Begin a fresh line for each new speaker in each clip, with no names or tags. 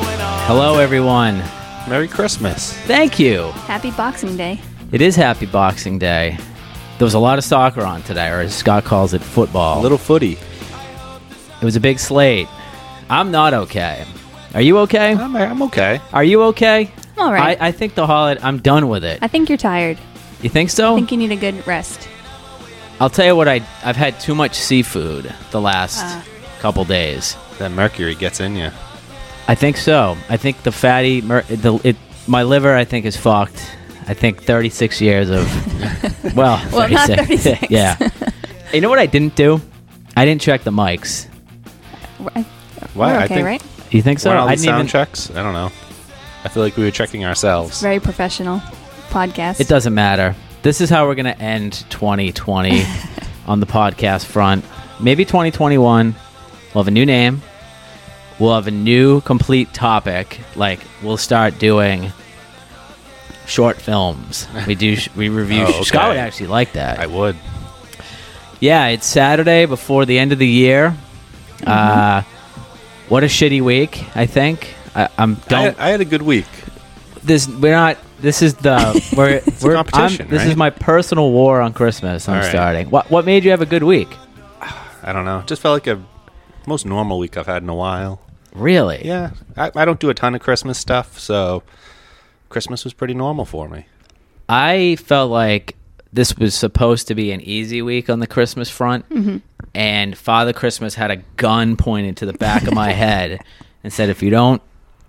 Hello, everyone.
Merry Christmas.
Thank you.
Happy Boxing Day.
It is Happy Boxing Day. There was a lot of soccer on today, or as Scott calls it, football.
Little footy.
It was a big slate. I'm not okay. Are you okay?
I'm, I'm okay.
Are you okay?
I'm all right. I,
I, I think the holiday. I'm done with it.
think you're tired.
You think so?
I think you need a good rest.
I'll tell you what. I I've had too much seafood the last
Ah.
couple days.
That mercury gets in you.
I think so. I think the fatty, mer- the, it, my liver, I think is fucked. I think 36 years of, well,
Well, not 36.
yeah. You know what I didn't do? I didn't check the mics.
We're, I,
Why?
we're okay,
I think
right?
You think so?
weren't all
I
these
didn't
sound
even.
checks. I don't know. I feel like we were checking ourselves.
Very professional podcast.
It doesn't matter. This is how we're gonna end 2020 on the podcast front. Maybe 2021. We'll have a new name. We'll have a new complete topic. Like we'll start doing short films. We do. sh- We review.
Oh,
Scott would
okay.
actually like that.
I would.
Yeah, it's Saturday before the end of the year. Uh, what a shitty week. I think I, I'm.
I,
Don't
I had a good week.
this we're not this is the we're,
a
we're
competition,
I'm, this
right?
is my personal war on christmas i'm
All right.
starting what what made you have a good week
I don't know. Just felt like a most normal week I've had in a while.
really
Yeah. I, I don't do a ton of Christmas stuff, so Christmas was pretty normal for me.
i felt like this was supposed to be an easy week on the christmas front and father christmas had a gun pointed to the back of my head and said if you don't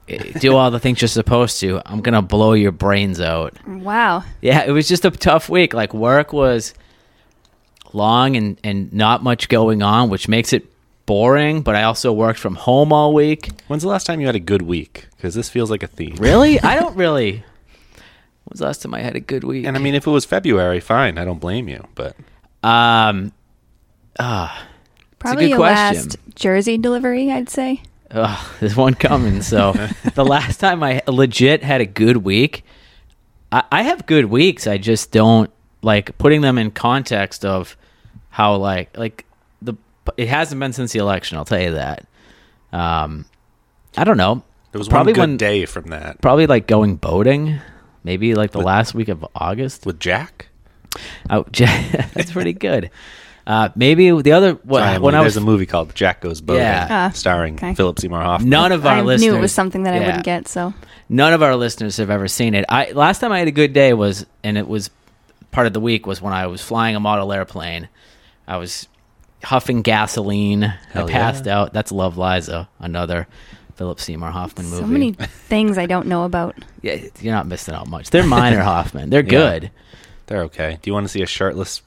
eh, do all the things you're supposed to i'm gonna blow your brains out
wow.
Yeah, it was just a tough week. Like work was long and and not much going on, which makes it boring. But I also worked from home all week.
When's the last time you had a good week? Because this feels like a theme.
Really, I don't really. When was the last time I had a good week?
And I mean, if it was February, fine. I don't blame you. But
um,
Probably
good
your
question.
last jersey delivery, I'd say.
ugh, there's one coming. So the last time I legit had a good week, I, I have good weeks. I just don't like putting them in context of how like like the it hasn't been since the election. I'll tell you that. Um, I don't know.
there was
Probably
one good
when-
day from that.
Probably like going boating. Maybe like the last week of August.
With Jack?
Oh, Jack, that's pretty good. Uh, maybe the other what,
Sorry, Emily,
when I
there's
was
a movie called Jack Goes Boating,
Yeah.
Ah,
starring
okay.
Philip Seymour Hoffman.
none of our
I
listeners
knew it was something that I
Yeah.
wouldn't get, so
none of our listeners have ever seen it. I last time I had a good day was, and it was part of the week was when I was flying a model airplane. I was huffing gasoline.
Hell
I
yeah.
passed out. That's Love Liza, another Philip Seymour Hoffman movie.
so many things I don't know about.
yeah, you're not missing out much. They're minor Hoffman. They're good.
They're okay. Do you want to see a shirtless,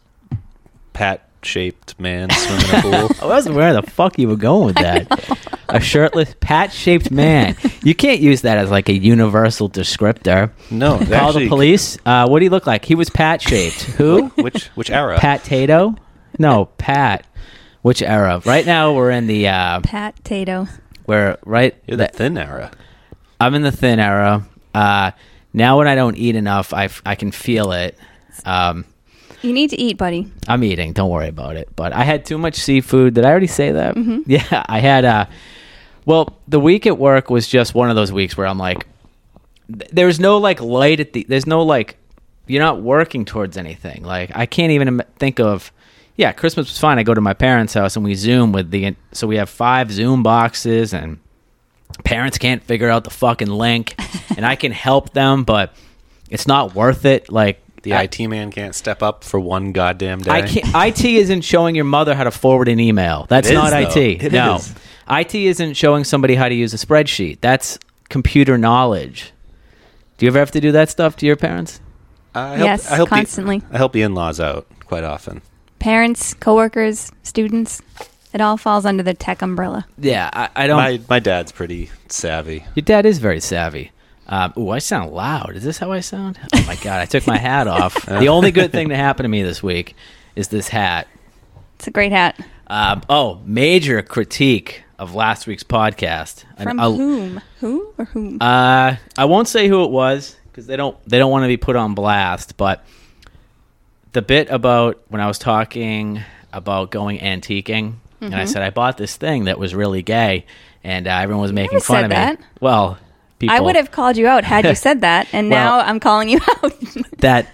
pat shaped man swim in a pool?
I wasn't where the fuck you were going with that. A shirtless, pat-shaped man. You can't use that as like a universal descriptor.
No, they
Call
actually-
the police. Uh, what do you look like? He was pat-shaped. Who?
Which which era?
Pat Tato? No, Pat. Which era? Right now we're in the uh
Pat Tato.
we're right
You're the
the-
thin era.
I'm in the thin era. Uh now when I don't eat enough, I f- I can feel it. Um
You need to eat, buddy.
I'm eating, don't worry about it. But I had too much seafood. Did I already say that? Yeah, I had uh well, the week at work was just one of those weeks where I'm like th- there's no like light at the there's no like you're not working towards anything like i can't even im- think of yeah christmas was fine i go to my parents house and we zoom with the so we have five zoom boxes and parents can't figure out the fucking link and i can help them but it's not worth it like
The
I-
IT man can't step up for one goddamn day.
I can't, IT isn't showing your mother how to forward an email. That's
It is,
not
though.
IT.
It
no.
is.
IT isn't showing somebody how to use a spreadsheet. That's computer knowledge. Do you ever have to do that stuff to your parents?
I help,
Yes,
I help the-
constantly.
I help the in laws out quite often.
Parents, coworkers, students. It all falls under the tech umbrella.
Yeah, I, I don't.
My my dad's pretty savvy.
your dad is very savvy. Um, ooh, I sound loud. Is this how I sound? Oh my god, I took my hat off. the only good thing that happened to me this week is this hat.
It's a great hat.
Um, oh, major critique of last week's podcast. An-
From
a-
whom? Who or whom?
Uh, I won't say who it was because they don't they don't want to be put on blast. But the bit about when I was talking about going antiquing,
Mm-hmm.
and I said I bought this thing that was really gay, and uh, everyone was making
never
fun
said
of
that.
me. Well, people.
I would have called you out had you said that, and
Well-
now I'm calling you out.
that.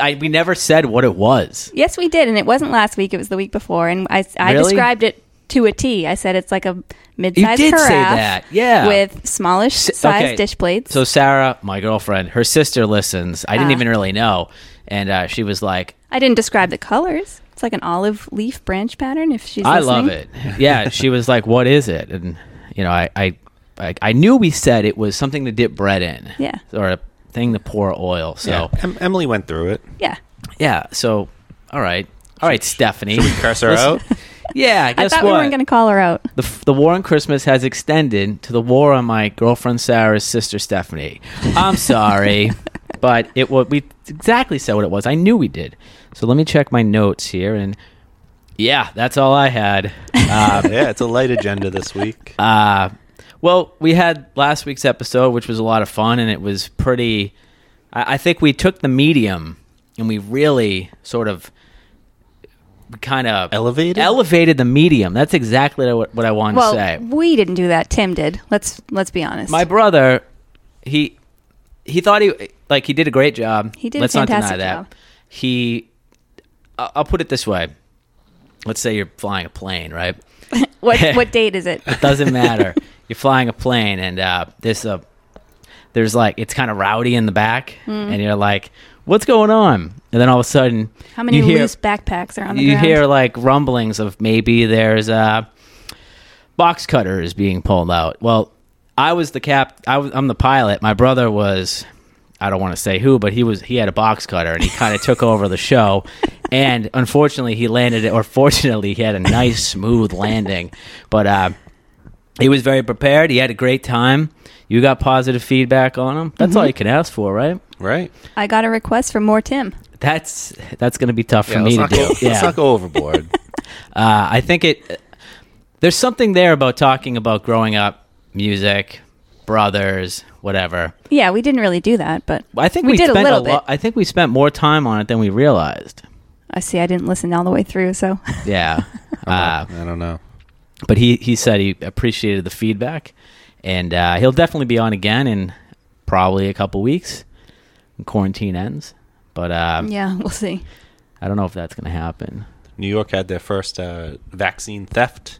I we never said what it was.
yes, we did, and it wasn't last week; it was the week before, and I, I
Really?
described it to a T. I said it's like a mid-sized
You did say
carafe
that, yeah.
with smallish sized
okay.
dish plates.
So Sarah, my girlfriend, her sister listens. I didn't
Ah.
even really know, and uh, she was like,
I didn't describe the colors. It's like an olive leaf branch pattern. If she's,
I
listening.
love it. Yeah, she was like, "What is it?" And you know, I, I I I knew we said it was something to dip bread in.
Yeah.
Or a thing to pour oil. So
Yeah.
yeah.
Em- Emily went through it.
Yeah,
so all right. All right, Stephanie.
Should we curse her
Listen-
out?
Yeah,
I
guess
thought
what?
we weren't going to call her out.
the, f- the war on Christmas has extended to the war on my girlfriend Sarah's sister Stephanie. I'm sorry, but it was we exactly said what it was. I knew we did. So let me check my notes here, and yeah, that's all I had. Uh,
yeah, it's a light agenda this week.
uh, well, we had last week's episode, which was a lot of fun, and it was pretty. I, I think we took the medium and we really sort of kind of
Elevated?
elevated the medium. That's exactly what, what I wanted
Well,
to say.
we didn't do that. Tim did. Let's let's be honest.
My brother, he he thought he like he did a great job.
He did a
Let's not
fantastic
deny that.
job.
He, I- I'll put it this way. Let's say you're flying a plane, right?
what what date is it?
Doesn't matter. You're flying a plane, and uh, there's a there's like it's kind of rowdy in the back,
Mm.
and you're like, "What's going on?" And then all of a sudden,
How many
you hear,
loose backpacks are on the
you
ground?
hear like rumblings of maybe there's uh, box cutters being pulled out. Well, I was the cap. I was, I'm the pilot. My brother was. I don't want to say who, but he was. He had a box cutter, and he kind of took over the show. And unfortunately, he landed it. Or fortunately, he had a nice, smooth landing. But uh, he was very prepared. He had a great time. You got positive feedback on him. That's
Mm-hmm.
all you can ask for, right?
Right.
I got a request for more Tim.
That's that's going to be tough for
Yeah,
me
let's,
to
not
do.
go, let's not go overboard.
Uh, I think it. There's something there about talking about growing up, music, brothers, whatever.
Yeah, we didn't really do that, but
I think
We
we,
did a
spent
little
lo-
bit.
I think we spent more time on it than we realized.
I see. I didn't listen all the way through, so
Yeah. uh,
I don't know.
but he he said he appreciated the feedback, and uh, he'll definitely be on again in probably a couple weeks. When quarantine ends, but uh,
yeah, we'll see.
I don't know if that's going to happen.
New York had their first uh, vaccine theft.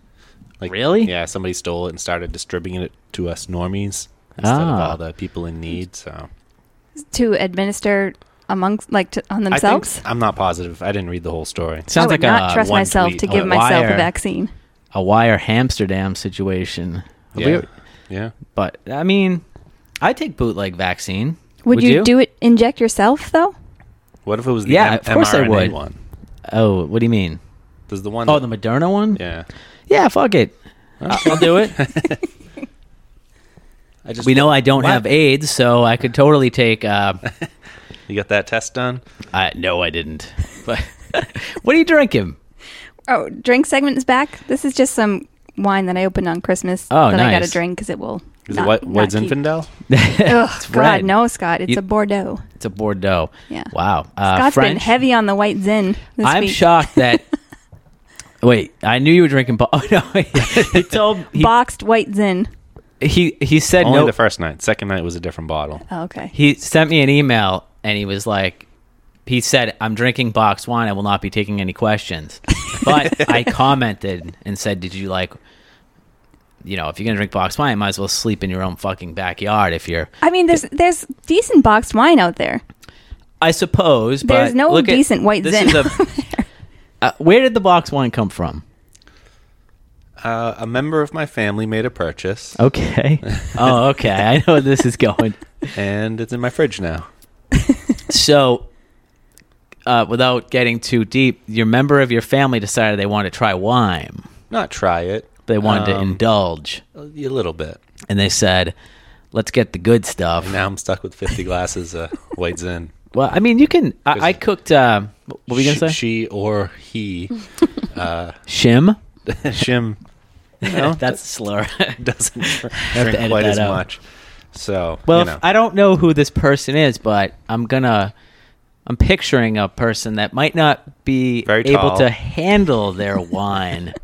Like,
Really?
Yeah, somebody stole it and started distributing it to us normies instead of
Ah.
all the people in need. So
To administer amongst like to, on themselves.
I think, I'm not positive. I didn't read the whole story.
Sounds
I would
like
not
a
trust
one
myself
tweet
to
on
give
a
myself
wire.
a vaccine.
a wire Amsterdam situation.
Yeah. yeah.
But I mean, I take bootleg vaccine.
Would, you, do it? Inject yourself though?
What if it was the
Yeah,
M-
of course I
mRNA
would.
one?
Oh, what do you mean?
Does the one?
Oh, the Moderna one.
yeah.
Yeah, fuck it. I- I'll do it.
I just
we know I don't
What?
have AIDS, so I could totally take. Uh,
you got that test done.
I, no, I didn't. But what are you drinking?
Oh, drink segment is back. This is just some wine that I opened on Christmas
Oh,
that I got to
nice.
drink because it will.
Is
not,
it what?
not
What's
keep-
Infidel?
Ugh, God,
red.
no, Scott. It's
You-
a Bordeaux.
It's a Bordeaux.
Yeah.
Wow. Uh,
Scott's
French.
been heavy on the white zin this
I'm
week.
shocked that. Wait, I knew you were drinking. Bo- oh no, he told he
Boxed white zin.
he, he said
Only
no.
the first night. Second night was a different bottle.
Oh, okay.
he sent me an email and he was like he said i'm drinking box wine i will not be taking any questions but i commented and said did you like you know if you're gonna drink box wine you might as well sleep in your own fucking backyard if you're
I mean, there's there's decent boxed wine out there.
i suppose but
There's no
look at-
decent white
this
Zin
is a, uh, where did the box wine come from
Uh, a member of my family made a purchase,
okay oh okay i know where this is going
and it's in my fridge now.
so uh, without getting too deep your member of your family decided they wanted to try wine
Not try it.
they wanted to
Um,
indulge
A little bit.
and they said, "Let's get the good stuff."
And now I'm stuck with 50 glasses of White Zin.
Well, I mean, you can. I, I
Because-
cooked. Uh, what were you
Sh-
gonna say?
She or he. Uh,
Shim.
Shim know,
That's a slur.
doesn't drink
to edit
quite
that
as
out.
much. So,
well,
you know.
I don't know who this person is, but I'm gonna. I'm picturing a person that might not be
Very
able
tall.
to handle their wine.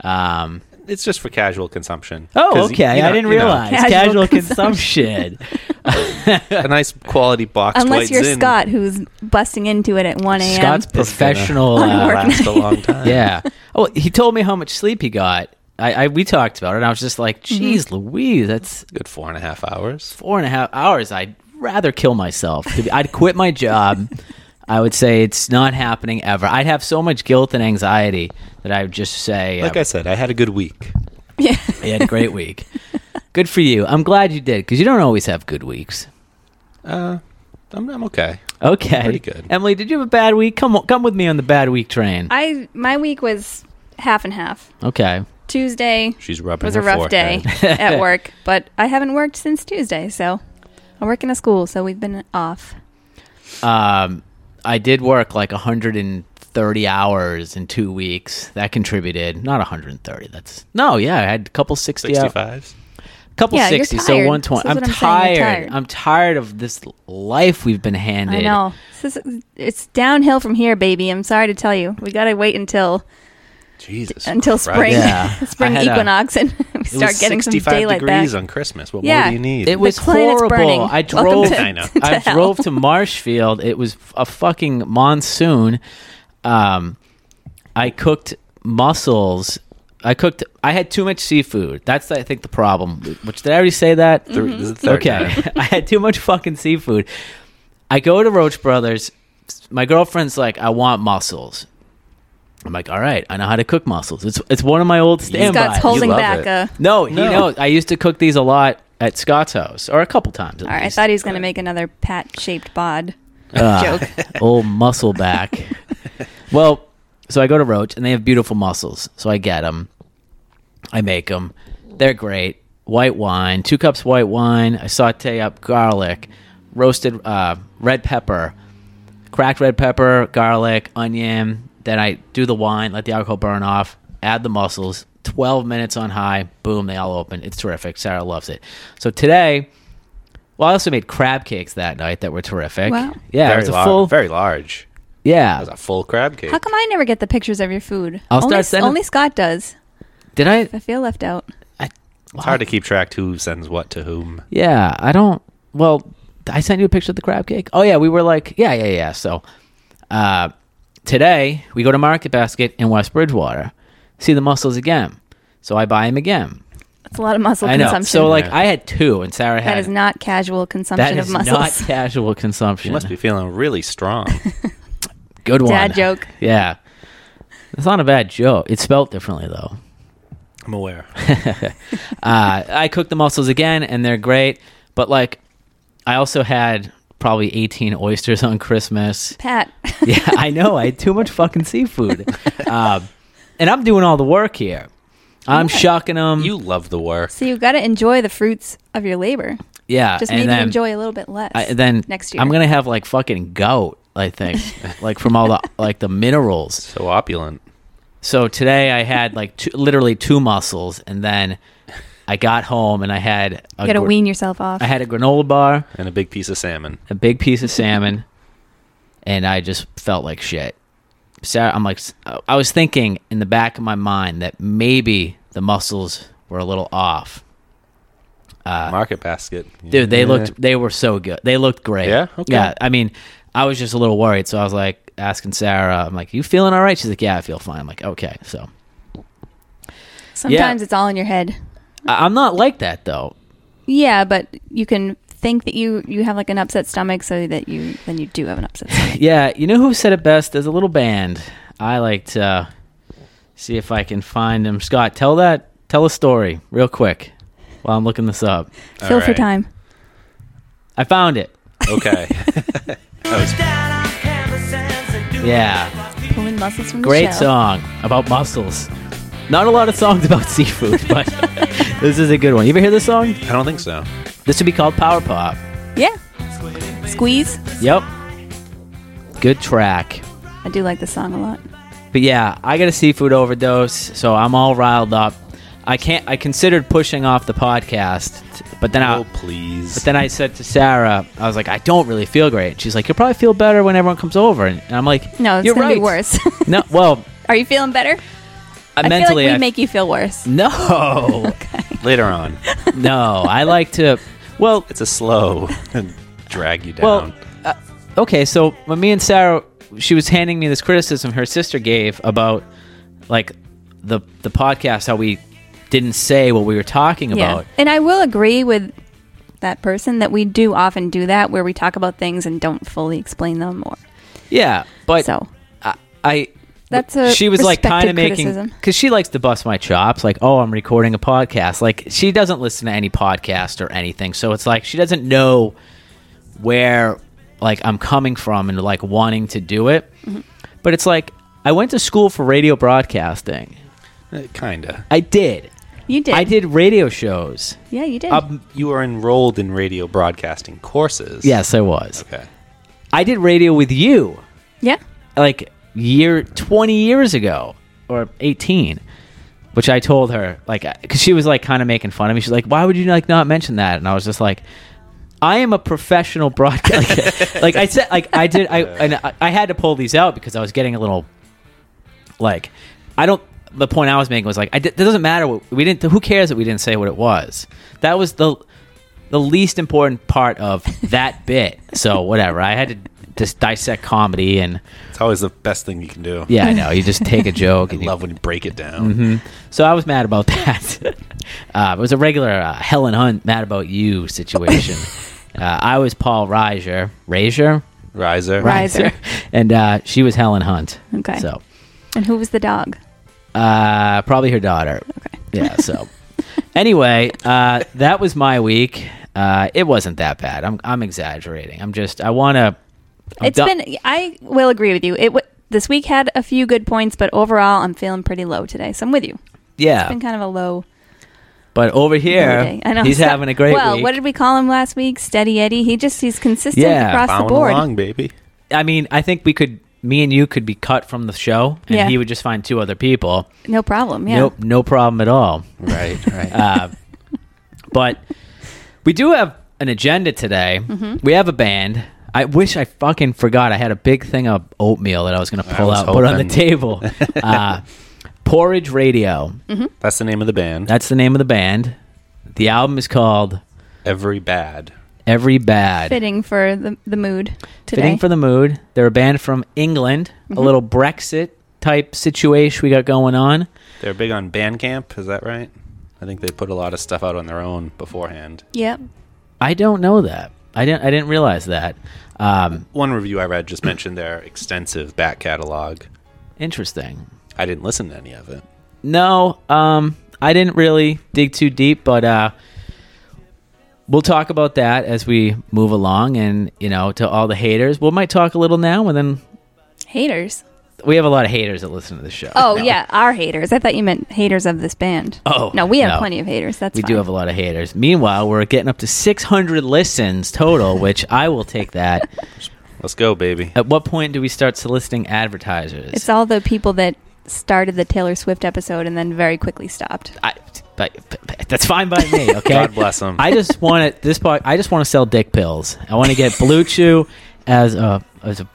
Um,
it's just for casual consumption.
Oh,
'Cause y-
okay.
you know-
I didn't
you know,
realize casual,
Casual
consumption.
a nice quality box.
Unless
white
you're
zin
Scott, who's busting into it at 1 a.m.
Scott's
gonna-
professional.
On
uh,
work
lasts a
night.
long time.
yeah. Oh, he told me how much sleep he got. I, I we talked about it, and I was just like, "Jeez, Louise, that's
good four and a half hours.
four and a half hours. I'd rather kill myself. To be- I'd quit my job. I would say it's not happening ever. I'd have so much guilt and anxiety that I would just say,
Like I said, I had a good week.
Yeah.
I had a great week. Good for you. I'm glad you did because you don't always have good weeks.
Uh, I'm, I'm okay.
Okay,
Pretty good.
Emily, did you have a bad week? Come on, come with me on the bad week train.
I my week was half and half.
okay.
Tuesday
She's rubbing.
was
her
a rough day
forehead.
at work, but I haven't worked since Tuesday, so I work in a school, so we've been off.
Um, I did work like 130 hours in two weeks. That contributed. Not 130. That's no. Yeah, I had a couple 60 hours.
65s.
couple
Yeah, you're
60 so
tired.
120 i'm
This is what I'm
tired.
saying, you're tired.
i'm tired of this life we've been handed
I know. This is, it's downhill from here, baby. I'm sorry to tell you. We got to wait until
Jesus.
until
Christ.
spring
Yeah.
spring
I had a-
equinox and we
It
start
was
getting some
65
daylight back.
degrees on Christmas. What more
Yeah.
do you need?
it was
planet's
horrible
burning.
i
Welcome
drove
to-
I know.
to
i
hell.
drove to marshfield it was a fucking monsoon um i cooked mussels i cooked i had too much seafood that's i think the problem which did i already say that
Mm-hmm.
Three- this is the third
okay.
time.
I had too much fucking seafood. I go to Roach Brothers. My girlfriend's like, I want mussels. I'm like, all right, I know how to cook mussels. It's it's one of my old standbys.
Scott's holding
love
back
it.
a.
no, he
No.
knows. I used to cook these a lot at Scott's house, or a couple times. At
All right, I
least.
thought he was going to make another pat shaped bod
Ah.
joke.
old muscle back. well, so I go to Roach and they have beautiful mussels. So I get them. I make them. They're great. White wine, two cups white wine. I saute up garlic, roasted uh, red pepper, cracked red pepper, garlic, onion. Then I do the wine, let the alcohol burn off, add the mussels. 12 minutes on high. Boom, they all open. It's terrific. Sarah loves it. So today, well, I also made crab cakes that night that were terrific.
Wow.
Yeah,
very
it was a
lar-
full
very large. That
yeah.
was a full crab cake.
How come I never get the pictures of your food?
I'll start
only,
sending-
only Scott does.
Did I?
I feel left out.
It's hard to keep track who sends what to whom.
Yeah, I don't. Well, I sent you a picture of the crab cake. Oh yeah, we were like, yeah, yeah, yeah. So, uh, today we go to Market Basket in West Bridgewater, see the mussels again. So I buy them again.
That's a lot of muscle
I know.
consumption.
So like,
Yeah.
I had two, and Sarah had.
that is not casual consumption
that
of
is not
muscles.
casual consumption.
You must be feeling really strong.
Good one.
Dad joke.
Yeah. It's not a bad joke. It's spelled differently though.
I'm aware.
uh, I cooked the mussels again, and they're great. But like, I also had probably 18 oysters on Christmas.
Pat.
yeah, I know. I had too much fucking seafood, um, and I'm doing all the work here. I'm shucking them.
You love the work.
so you got to enjoy the fruits of your labor.
yeah,
Just
and
maybe
then,
enjoy a little bit less.
I, then
next year.
I'm gonna have like fucking gout. I think like from all the like the minerals.
So opulent.
So today I had like two, literally two mussels, and then I got home and I had a
you got to
gr-
wean yourself off.
I had a granola bar.
And a big piece of salmon.
a big piece of salmon, and I just felt like shit. Sarah, I'm like, I was thinking in the back of my mind that maybe the muscles were a little off.
Market basket.
Uh, Dude, they
Yeah.
looked, they were so good. They looked great.
Yeah? Okay.
Yeah. I mean, I was just a little worried, so I was like asking Sarah, I'm like, you feeling all right? She's like, yeah, I feel fine. I'm like, okay. So
Sometimes
yeah.
it's all in your head.
I- I'm not like that though.
Yeah, but you can think that you you have like an upset stomach, so that you then you do have an upset stomach.
Yeah, you know who said it best? There's a little band. I like to uh, see if I can find them. Scott, tell that, tell a story real quick while I'm looking this up.
All
Fill for
right.
time.
I found it.
Okay.
Yeah,
Pulling muscles from
great
the shell.
song about muscles. Not a lot of songs about seafood, but this is a good one. You ever hear this song?
I don't think so.
This would be called Power Pop.
Yeah. Squeeze.
Yep. Good track.
I do like this song a lot.
But yeah, I got a seafood overdose, so I'm all riled up. I can't. I considered pushing off the podcast, but then I.
oh, please.
But then I said to Sarah, I was like, I don't really feel great. And she's like, you'll probably feel better when everyone comes over. And and I'm like,
No, it's
you're
gonna
right.
be worse.
No, well,
Are you feeling better? I feel
mentally
like we
I-
make you feel worse.
no,
Later on,
no. I like to. Well,
it's a slow drag you down.
Well, uh, okay, so when me and Sarah, she was handing me this criticism her sister gave about like the the podcast how we didn't say what we were talking about.
And I will agree with that person that we do often do that where we talk about things and don't fully explain them or
Yeah, but
so.
I, I
That's a
she was like kind of
respected
making
criticism.
because she likes to bust my chops. Like, oh, I'm recording a podcast. Like, she doesn't listen to any podcast or anything, so it's like she doesn't know where like I'm coming from and like wanting to do it.
Mm-hmm.
But it's like I went to school for radio broadcasting.
Uh, kinda.
I did.
You did.
I did radio shows.
Yeah, you did.
Um,
You are enrolled in radio broadcasting courses.
yes, I was.
Okay.
I did radio with you
yeah.
like year 20 years ago or 18 which I told her like cuz she was like kind of making fun of me. She's like, "Why would you like not mention that?" And I was just like, "I am a professional broadcaster." like, I said like I did I and I, I had to pull these out because I was getting a little like I don't the point I was making was like I did, it doesn't matter what we didn't who cares that we didn't say what it was. That was the the least important part of that bit. So whatever. I had to just dissect comedy and
It's always the best thing you can do.
yeah, I know. You just take a joke.
I
and you-
love when you break it down.
So I was mad about that. uh, it was a regular uh, Helen Hunt mad about you situation. uh, I was Paul Reiser, Reiser,
Riser.
Right. Reiser.
and uh, she was Helen Hunt.
Okay.
So
And who was the dog?
uh, probably her daughter.
Okay.
Yeah. So anyway, uh, that was my week. Uh, it wasn't that bad. I'm I'm exaggerating. I'm just I want to.
It's been I will agree with you. It w- this week had a few good points, but overall I'm feeling pretty low today. So I'm with you.
yeah,
It's been kind of a low
but over here,
low day. I know.
he's
So-
having a great
Well,
week.
what did we call him last week? Steady Eddie. He just he's consistent
Yeah.
across the
Bowing
board.
along, baby.
I mean, I think we could, me and you could be cut from the show, and
Yeah.
he would just find two other people.
No problem. Yeah.
Nope, no problem at all.
Right, right.
Uh, but we do have an agenda today.
Mm-hmm.
We have a band. I wish I fucking forgot. I had a big thing of oatmeal that I was going to
I
pull
was
out, put on the
hoping.
table. Uh, Porridge Radio.
Mm-hmm.
That's the name of the band.
That's the name of the band. The album is called
Every bad.
Every Bad.
Fitting for the the mood today. Mm-hmm.
Fitting for the mood. They're a band from England. A little Brexit type situation we got going on.
They're big on Bandcamp, is that right? I think they put a lot of stuff out on their own beforehand.
yep.
I don't know that. I didn't. I didn't realize that. Um,
One review I read just mentioned their extensive back catalog.
interesting.
I didn't listen to any of it.
No, um, I didn't really dig too deep, but uh, we'll talk about that as we move along. And you know, to all the haters, we might talk a little now, and then
Haters.
we have a lot of haters that listen to the show.
Oh
No.
yeah, our haters. I thought you meant haters of this band.
Oh,
no, we have
no.
plenty of haters. That's
We
fine.
do have a lot of haters. Meanwhile, we're getting up to 600 listens total, which I will take that.
Let's go, baby.
At what point do we start soliciting advertisers?
It's all the people that started the Taylor Swift episode and then very quickly stopped.
I, but, but that's fine by me. Okay.
God bless them.
I just want to this part. I just want to sell dick pills. I want to get Blue Chew as a as a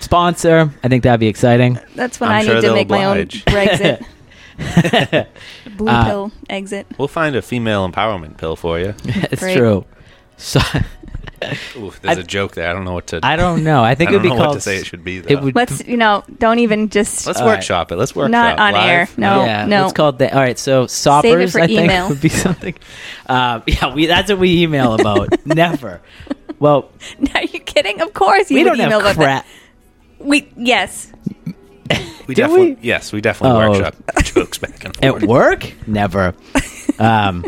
sponsor. I think that'd be exciting.
That's when
I'm
i
sure
need to
they'll
make my own
oblige.
Brexit. Blue
Uh,
pill exit.
we'll find a female empowerment pill for you.
it's
Great.
true. So
Ooh, there's
I-
a joke there. I don't know what to.
I don't know. I think
I
it
don't
would be
know
called.
what to say. It should be. Though.
it would. uh,
Let's you know, don't even just
Let's
all right.
workshop it. Let's workshop.
not on
live.
air. No,
yeah,
no.
It's called that. All right, so soppers.
for
I think
email.
would be something. Uh, yeah, we. That's what we email about. Never. Well,
Are you kidding? Of course you
we
would
don't
email
have
about that.
crap.
We yes.
We
Did
definitely.
we?
Yes, we definitely
Oh.
workshop jokes back and
At
forth.
work? Never. Um,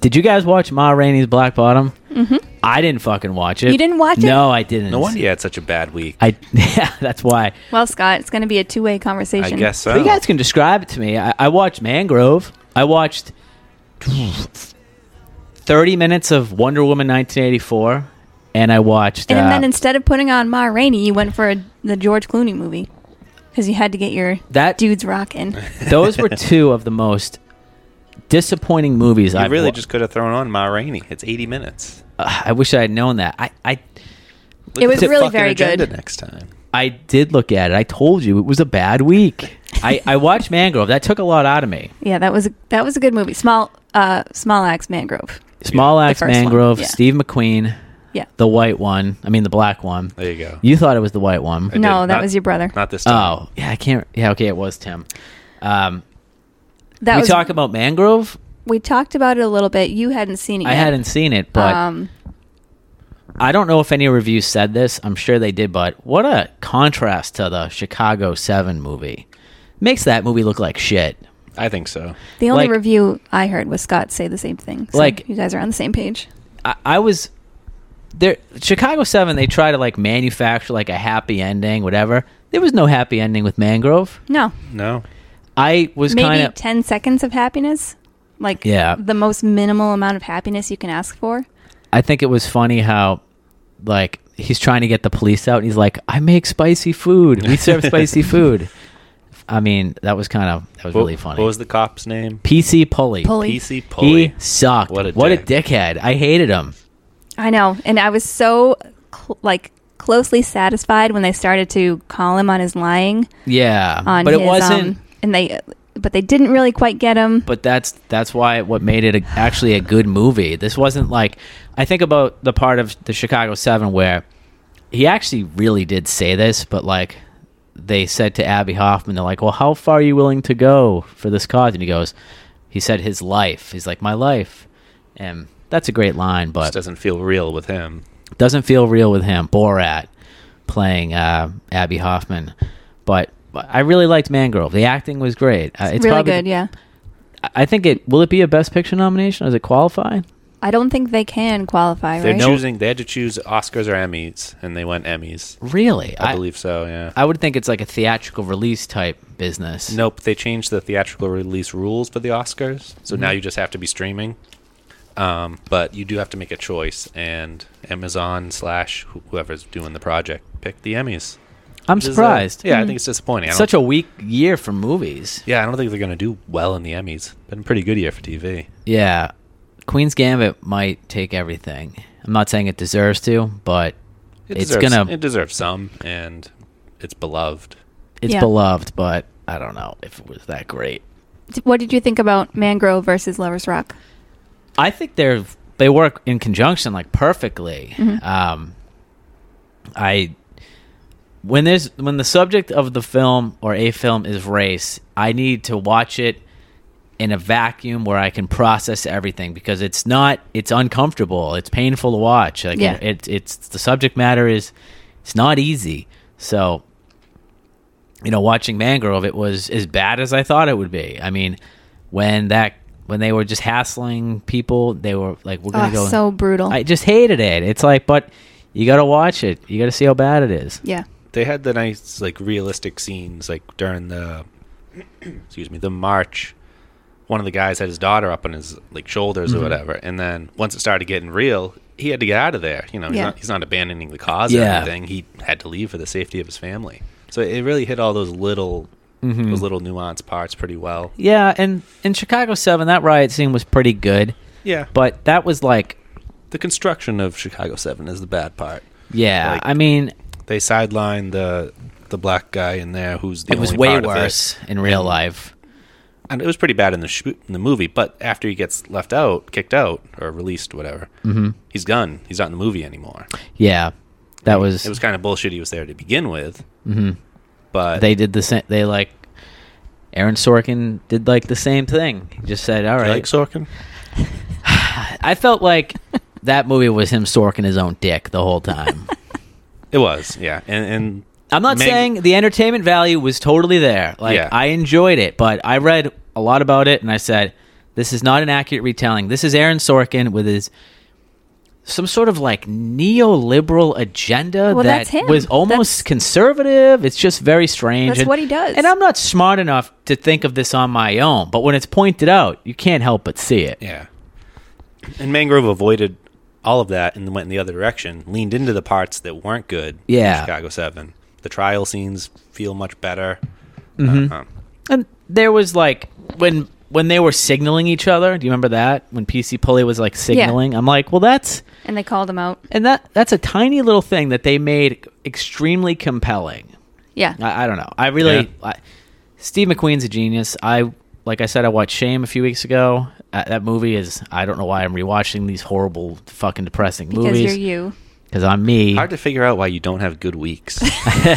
did you guys watch Ma Rainey's Black Bottom? Mm-hmm. I didn't fucking watch it.
You didn't watch it?
No, I didn't.
No wonder you had such a bad week.
I yeah, that's why.
Well, Scott, it's going to be a two-way
I
conversation.
guess so.
But you guys can describe it to me. I, I watched Mangrove. I watched thirty minutes of Wonder Woman 1984, and I watched.
And
uh,
then instead of putting on Ma Rainey, you went for a, the George Clooney movie because you had to get your
that
dudes rocking.
those were two of the most disappointing movies.
You
I
really just could have thrown on Ma Rainey. It's 80 minutes.
I wish I had known that. I, I
Look
It
at
was
the
really
fucking
very
agenda
good.
Next time,
I did look at it. I told you it was a bad week. I, I watched Mangrove. That took a lot out of me.
Yeah, that was a, that was a good movie. Small uh, Small Axe Mangrove.
Small Axe
first one,
Mangrove,
yeah.
Steve McQueen,
Yeah.
the white one. I mean, the black one.
There you go.
You thought it was the white one.
I
no,
did.
that
Not-
was your brother.
Not this time.
Oh, yeah, I can't. Yeah, okay, it was Tim. Um,
that
we
was
talk about Mangrove.
we talked about it a little bit. You hadn't seen it.
I
yet.
hadn't seen it, but
um,
I don't know if any reviews said this. I'm sure they did, but what a contrast to the Chicago 7 movie. Makes that movie look like shit.
I think so.
the only
like-
review I heard was Scott say the same thing. So
Like-
you guys are on the same page.
I, I was there Chicago 7 they try to like manufacture like a happy ending, whatever. There was no happy ending with Mangrove.
No,
No.
I was
maybe
kind of
ten seconds of happiness, like
Yeah.
the most minimal amount of happiness you can ask for.
I think it was funny how like he's trying to get the police out and he's like, I make spicy food. We serve spicy food. I mean, that was kind of that was
What-
really funny.
What was the cop's name?
PC Pulley.
Pulley.
PC Pulley.
He sucked.
What a dick.
dickhead. I hated him.
I know, and I was so cl- like closely satisfied when they started to call him on his lying.
Yeah.
On
but
his,
it wasn't
um, and they, but they didn't really quite get him.
but that's that's why what made it a, actually a good movie. This wasn't like I think about the part of the Chicago 7 where he actually really did say this, but like they said to Abby Hoffman, they're like, "Well, how far are you willing to go for this cause?" And he goes, "He said his life." He's like, "My life," and that's a great line, but
Just doesn't feel real with him.
doesn't feel real with him. Borat playing uh, Abby Hoffman, but. but I really liked Mangrove. The acting was great. Uh, it's
really
probably
good, yeah.
I- I think it will it be a best picture nomination? Does it qualify?
I don't think they can qualify,
They're
right?
choosing. They had to choose Oscars or Emmys, and they went Emmys.
Really?
I, believe so. Yeah.
I would think it's like a theatrical release type business.
Nope, they changed the theatrical release rules for the Oscars, so
Mm-hmm.
now you just have to be streaming. Um, but you do have to make a choice, and Amazon slash wh- whoever's doing the project picked the Emmys.
I'm
Which is, uh,
surprised. Mm-hmm.
yeah, I think it's disappointing. I
Such
don't-
a weak year for movies.
yeah, I don't think they're going to do well in the Emmys. Been a pretty good year for TV.
Yeah. Queen's Gambit might take everything. I'm not saying it deserves to, but it's
deserves,
gonna
it deserves some, and it's beloved.
it's
Yeah.
beloved, but I don't know if it was that great.
D- What did you think about Mangrove versus Lovers Rock?
I think they're they work in conjunction like perfectly. Um, I when there's when the subject of the film or a film is race, I need to watch it in a vacuum where I can process everything because it's not it's uncomfortable. It's painful to watch. Like
Yeah.
it, it's the subject matter is it's not easy. So you know, watching Mangrove, it was as bad as I thought it would be. I mean, when that when they were just hassling people, they were like, "We're gonna
Oh,
go."
so brutal.
I just hated it. It's like, but you gotta watch it. You gotta see how bad it is.
yeah.
They had the nice, like, realistic scenes, like during the, excuse me, the march. One of the guys had his daughter up on his like shoulders
Mm-hmm.
or whatever, and then once it started getting real, he had to get out of there. You know, he's,
Yeah.
not, he's not abandoning the cause or
Yeah.
anything. He had to leave for the safety of his family. So it really hit all those little,
Mm-hmm.
those little nuanced parts pretty well.
Yeah, and in Chicago Seven, that riot scene was pretty good,
Yeah, but
but that was like,
the construction of Chicago Seven is the bad part.
yeah,
Like,
I mean,
They sidelined the the black guy in there who's the
it was
only
way
part of it.
worse in real life.
and it was pretty bad in the sh- in the movie. But after he gets left out, kicked out, or released, whatever, mm-hmm. he's gone. He's not in the movie anymore.
Yeah, that was
It was kind of bullshit. He was there to begin with, mm-hmm. but
they did the same. They like Aaron Sorkin did like the same thing. He just said, "All
Do
right,
you like Sorkin.
I felt like that movie was him sorking his own dick the whole time.
It was, yeah, and and
I'm not
Meg-
saying the entertainment value was totally there. Like
Yeah.
I enjoyed it, but I read a lot about it and I said, this is not an accurate retelling. This is Aaron Sorkin with his some sort of like neoliberal agenda that
Well, that's him.
was almost
That's-
conservative. It's just very strange.
That's
And-
what he does.
And I'm not smart enough to think of this on my own, but when it's pointed out, you can't help but see it.
yeah, and Mangrove avoided all of that and then went in the other direction. Leaned into the parts that weren't good. in
Yeah.
Chicago Seven. The trial scenes feel much better.
Mm-hmm.
Uh-huh.
And there was like when when they were signaling each other. Do you remember that when PC Pulley was like signaling? I'm like, well, that's
And they called him out.
and that that's a tiny little thing that they made extremely compelling.
Yeah.
I, I don't know. I really
Yeah.
I, Steve McQueen's a genius. I like I said, I watched Shame a few weeks ago. Uh, that movie is I don't know why I'm rewatching these horrible, fucking depressing
because
movies
you're you.
because I'm me.
Hard to figure out why you don't have good weeks.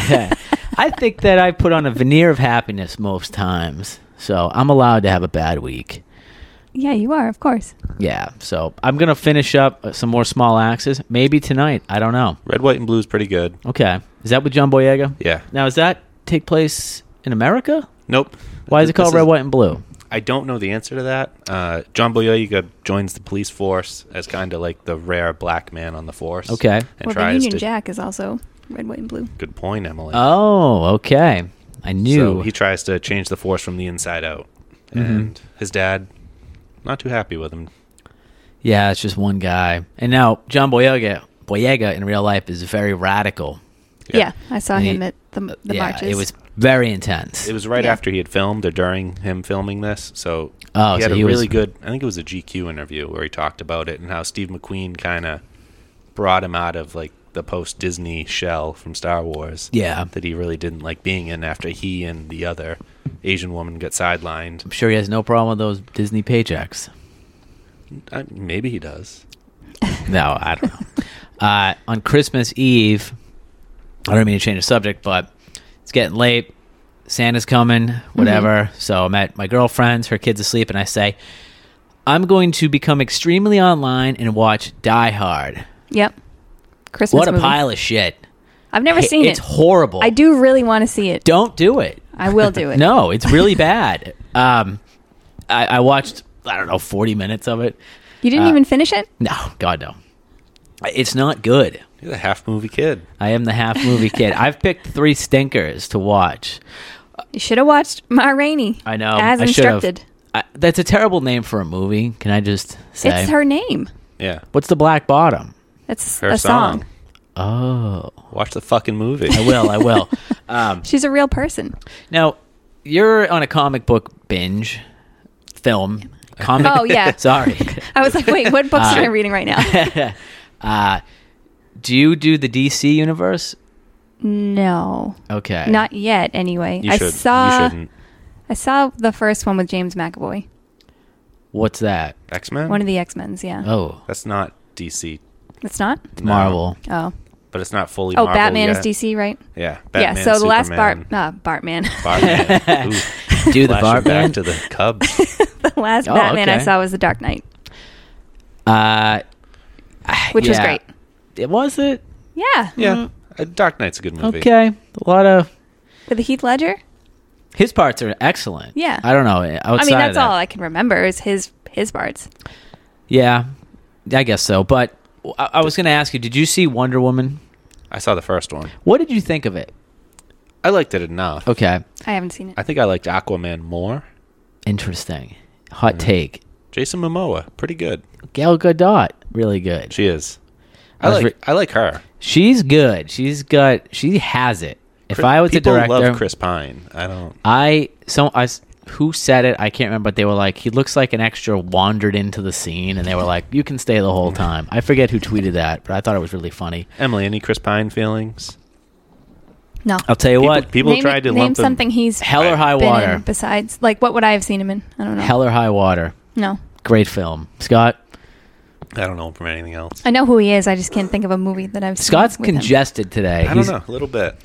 I think that I put on a veneer of happiness most times, so I'm allowed to have a bad week.
Yeah, you are, of course.
Yeah, so I'm gonna finish up uh, some more small axes. Maybe tonight. I don't know.
Red, white, and blue is pretty good.
Okay, is that with John Boyega?
Yeah.
Now, does that take place in America?
Nope.
Why is it
This
called Red, White, and Blue?
I don't know the answer to that. Uh, John Boyega joins the police force as kind of like the rare black man on the force.
Okay.
And
well, the
tries
Union
to.
Jack is also red, white, and blue.
Good point, Emily.
Oh, okay. I knew.
So he tries to change the force from the inside out,
Mm-hmm.
and his dad, not too happy with him.
yeah, it's just one guy. And now John Boyega, Boyega in real life is very radical.
Yeah,
Yeah.
I saw
And he-
him at the, the
yeah,
marches.
it was very intense.
It was right
Yeah.
after he had filmed or during him filming this, so
Oh,
he
so
had a
he was-
really good. I think it was a GQ interview where he talked about it and how Steve McQueen kind of brought him out of like the post Disney shell from Star Wars.
yeah,
that he really didn't like being in after he and the other Asian woman got sidelined.
I'm sure he has no problem with those Disney paychecks.
I, maybe he does.
No, I don't know. uh, on Christmas Eve, I don't mean to change the subject, but it's getting late. Santa's coming, whatever.
Mm-hmm.
So I'm at my girlfriend's, her kid's asleep, and I say, I'm going to become extremely online and watch Die Hard.
Yep. Christmas
What a
movie.
pile of shit.
I've never
Hey,
seen
it's
it.
horrible.
I do really want to see it.
Don't do it.
I will do it.
No, it's really bad. Um, I, I watched, I don't know, 40 minutes of it.
You didn't
Uh,
even finish it?
No, God, no. It's not good.
He's a half movie kid.
I am the half movie kid. I've picked three stinkers to watch.
You should have watched Ma Rainey.
I know.
As
I should've.
instructed.
I, that's a terrible name for a movie. Can I just say?
It's her name.
Yeah.
What's the Black Bottom?
It's
Her
a song.
song.
Oh,
Watch the fucking movie.
I will. I will. um,
She's a real person.
now you're on a comic book binge, film, comic.
Oh, yeah.
Sorry.
I was like, wait, what books
Uh,
am I reading right now?
uh, do you do the DC universe?
no,
Okay.
not yet. Anyway,
You
I
should.
saw
You shouldn't.
I saw the first one with James McAvoy,
What's that?
X Men.
one of the X Men's. Yeah,
Oh,
That's not DC,
it's not.
it's Marvel.
Oh,
but it's not fully.
oh,
Marvel
Batman
yet.
is DC, right?
Yeah.
yeah. So the last
Superman,
Bart, uh, Bartman,
Bartman. Ooh,
Do the
flashing back
Batman.
to the Cubs.
Mm-hmm. the last
Oh,
Batman I
okay.
saw was the Dark Knight,
Uh,
which was
yeah.
great.
It was it.
Yeah. Mm-hmm.
yeah. Uh, Dark Knight's a good movie.
Okay. A lot of
With the Heath Ledger.
His parts are excellent.
Yeah.
I don't know. Outside
I mean, that's
of that.
all I can remember is his his parts.
Yeah, I guess so. But I, I was going to ask you: Did you see Wonder Woman?
I saw the first one.
What did you think of it?
I liked it enough.
Okay,
I haven't seen it.
I think I liked Aquaman more.
interesting. Hot
Mm-hmm.
take.
Jason Momoa, pretty good.
Gal Gadot, really good.
She is.
I
I
was
like.
re-
I like her.
She's good. She's got. She has it. If
Chris-
I was a
people
director,
love Chris Pine. I don't.
I so I s- who said it? I can't remember. But they were like, he looks like an extra wandered into the scene, and they were like, you can stay the
Mm.
whole time. I forget who tweeted that, but I thought it was really funny.
Emily, any Chris Pine feelings?
No.
I'll tell you
People,
what.
people
name it-
tried to
name
lump him-
something he's
Hell or high
been
water.
in besides like what would I have seen him in? I don't know.
Hell or High Water.
No.
Great film. Scott
I don't know him from anything else.
I know who he is. I just can't think of a movie that I've seen.
Scott's
with him.
congested today.
I don't know. A little bit.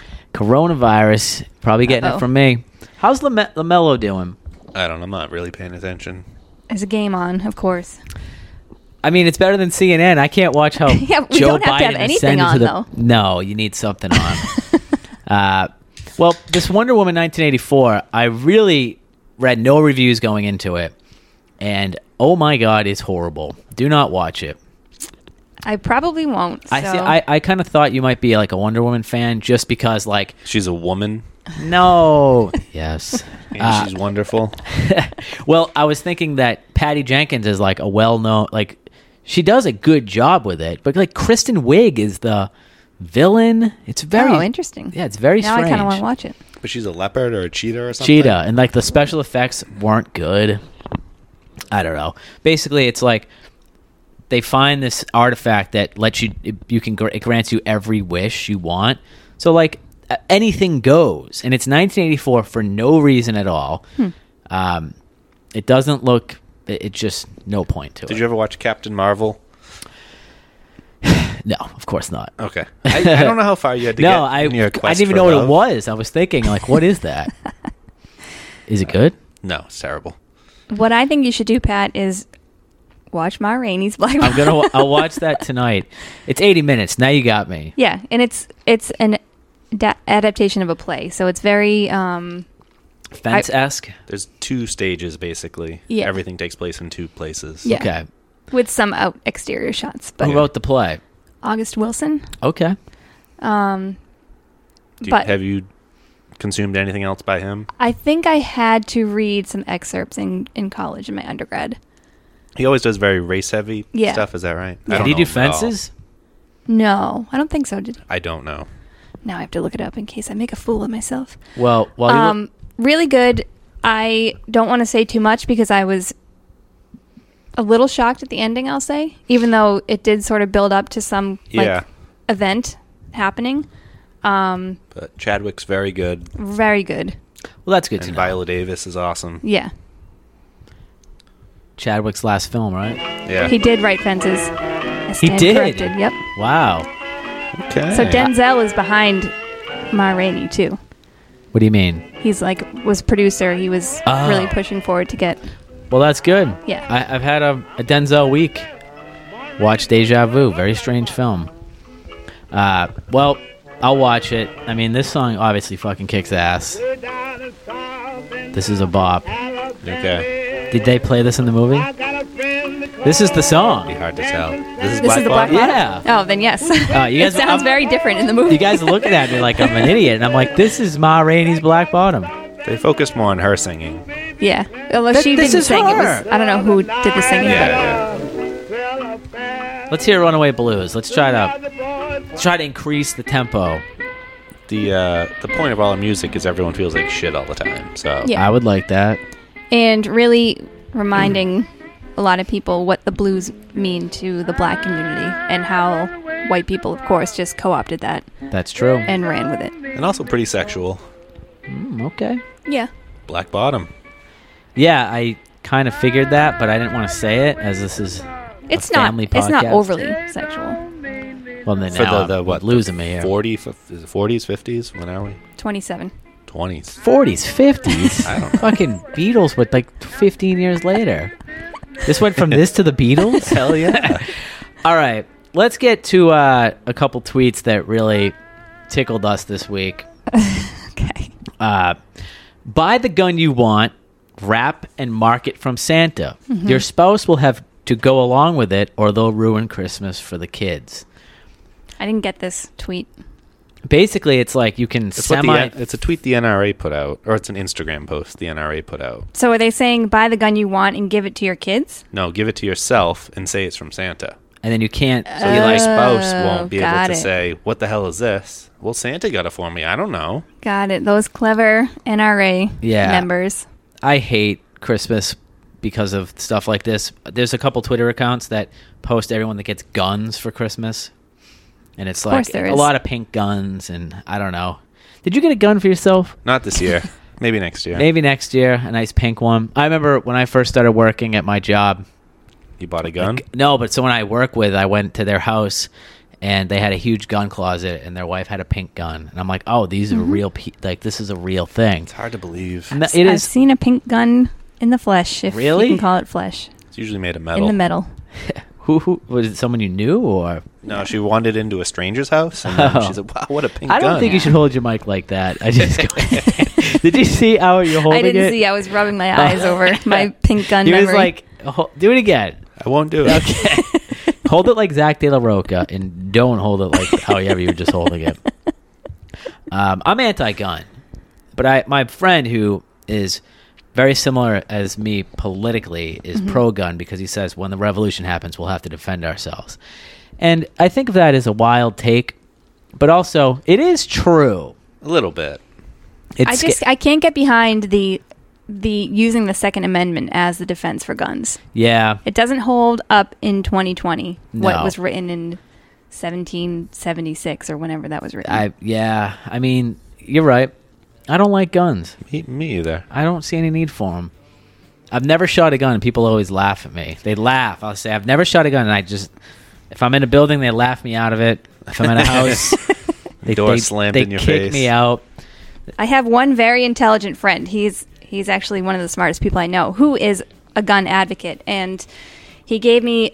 Coronavirus. Probably getting
Uh-oh.
it from me. How's Lame- LaMelo doing?
I don't. know. I'm not really paying attention.
There's a game on, of course.
I mean, it's better than CNN. I can't watch how
Yeah, we
Joe
don't have to have
Biden
anything
ascended
on,
to the.
though.
No, you need something on. uh, well, this Wonder Woman 1984. I really read no reviews going into it, and oh my god, it's horrible. Do not watch it.
I probably won't. So.
I see, I, I kind of thought you might be like a Wonder Woman fan just because like
She's a woman
no yes
and
Uh,
she's wonderful.
well, I was thinking that Patty Jenkins is like a well-known like she does a good job with it, but like Kristen Wiig is the villain. It's very
oh, interesting.
Yeah, it's very
now I kind of
strange.
want to watch it.
But she's a leopard or a cheetah or something.
Cheetah and like the special effects weren't good. I don't know. Basically, it's like they find this artifact that lets you it- you can gr- it grants you every wish you want. So like a- anything goes, and it's 1984 for no reason at all.
Hmm.
Um, it doesn't look. It, it just no point to
Did
it.
you ever watch Captain Marvel?
no, of course not.
Okay. I, I don't know how far you had to
no,
get.
I,
in your
I
quest
didn't even
for
know what
love.
it was. I was thinking like, what is that? is it good?
No, it's terrible.
What I think you should do, Pat, is watch Ma Rainey's Black.
I'm gonna. wa-
Bottom.
I'll watch that tonight. It's 80 minutes. Now you got me.
Yeah, and it's it's an da- adaptation of a play, so it's very um
Fence esque.
There's two stages basically.
Yeah.
Everything takes place in two places.
Yeah.
Okay.
with some out exterior shots. But
Who wrote Oh. the play?
August Wilson,
Okay.
um,
Do you,
But-
have you consumed anything else by him?
I think I had to read some excerpts in in college in my undergrad.
He always does very race heavy
Yeah.
stuff. Is that right? I
Did
don't
he
know
do
him at all.
fences?
No, I don't think so. Did
I don't know.
now I have to look it up in case I make a fool of myself.
Well, while you
um, really good. I don't want to say too much because I was a little shocked at the ending. I'll say, even though it did sort of build up to some like
Yeah.
event happening. Um,
But Chadwick's very good.
very good.
well, that's good to
and
know.
Viola Davis is awesome.
Yeah,
Chadwick's last film, right?
Yeah.
he did write fences. I
He
stand
did?
Corrected. Yep.
Wow.
Okay.
So Denzel is behind Ma Rainey too.
What do you mean?
He's like was producer. He was
Oh.
really pushing forward to get.
Well, that's good.
Yeah.
I, I've had a, a Denzel week. Watch Deja Vu. Very strange film. Uh, well, I'll watch it. I mean, this song obviously fucking kicks ass. This is a bop.
Okay.
Did they play this in the movie? This is the
Be
song.
hard to tell. This is
This
Black
is the Black
Bottom?
Bottom? Uh,
Bottom? Oh, then yes.
you guys-
it sounds
I'm-
very different in the movie.
You guys are looking at me like I'm an idiot, and I'm like, this is Ma Rainey's Black Bottom.
They focused more on her singing.
Yeah, although
That-
she
this
didn't
is
sing. It
her.
was I don't know who did the singing.
Yeah.
Let's hear Runaway Blues. Let's try to let's try to increase the tempo.
The uh, the point of all music is everyone feels like shit all the time. So
Yeah.
I would like that.
But, and really reminding a lot of people what the blues mean to the black community and how white people, of course, just co-opted that
That's true.
and ran with it.
and also pretty sexual.
Mm, okay.
Yeah,
Black Bottom.
Yeah, I kind of figured that, but I didn't want to say it as this is
it's
A
not
family
it's not
podcast.
overly sexual.
well then
For
now
the, the
I'm
what?
losing me here.
Forty, forties, fifties. When are we?
Twenty-seven.
Twenties.
40s, 50s.
I don't know.
Fucking Beatles with like 15 years later. This went from this to the Beatles? Hell yeah. All right. Let's get to uh, a couple tweets that really tickled us this week.
Okay.
uh, buy the gun you want, wrap and mark it from Santa.
Mm-hmm.
Your spouse will have to go along with it, or they'll ruin Christmas for the kids.
I didn't get this tweet.
Basically, it's like you can
It's, what the, uh,
semi.
it's a tweet the NRA put out, or it's an Instagram post the NRA put out.
So are they saying buy the gun you want and give it to your kids?
No, give it to yourself and say it's from Santa.
and then you can't.
So your
Oh,
spouse won't be able
got
to
it.
say, "What the hell is this?" Well, Santa got it for me. I don't know.
Got it. Those clever NRA
Yeah.
members.
I hate Christmas because of stuff like this. There's a couple Twitter accounts that post everyone that gets guns for Christmas, and it's like
course there
a
is.
lot of pink guns, and I don't know. Did you get a gun for yourself?
Not this year. Maybe next year.
Maybe next year, a nice pink one. I remember when I first started working at my job.
You bought a gun.
No, but someone I work with, I went to their house and they had a huge gun closet and their wife had a pink gun. And I'm like, oh, these
Mm-hmm.
are real, pe- like, this is a real thing.
It's hard to believe.
No, It
I've
is-
seen a pink gun in the flesh. If
Really?
You can call it flesh.
It's usually made of metal.
In the metal.
Who, who, was it someone you knew or?
No, she wandered into a stranger's house, and then
Oh.
she's like, "Wow, what a pink
I don't
gun!"
think you should hold your mic like that. Uh, I just, did you see how you're holding
I didn't
it?
see. I was rubbing my eyes over my pink gun
He
memory.
was like, "Ho- do it again.
I won't do it.
Okay. hold it like Zach De La Roca and don't hold it like however you were just holding it. Um, I'm anti-gun, but I my friend who is very similar as me politically is
Mm-hmm.
pro-gun because he says when the revolution happens we'll have to defend ourselves, and I think of that as a wild take, but also it is true.
A little bit.
It's
I just I can't get behind the the using the Second Amendment as the defense for guns.
yeah.
It doesn't hold up in 2020.
No.
What was written in 1776 or whenever that was written.
I yeah. I mean, you're right. I don't like guns.
Me, me either.
I don't see any need for them. I've never shot a gun, and people always laugh at me. They laugh. I'll say I've never shot a gun, and I just if I'm in a building, they laugh me out of it. If I'm in a house, they,
Door
they,
slammed
they
in your
kick
face.
me out.
I have one very intelligent friend. He's he's actually one of the smartest people I know who is a gun advocate and he gave me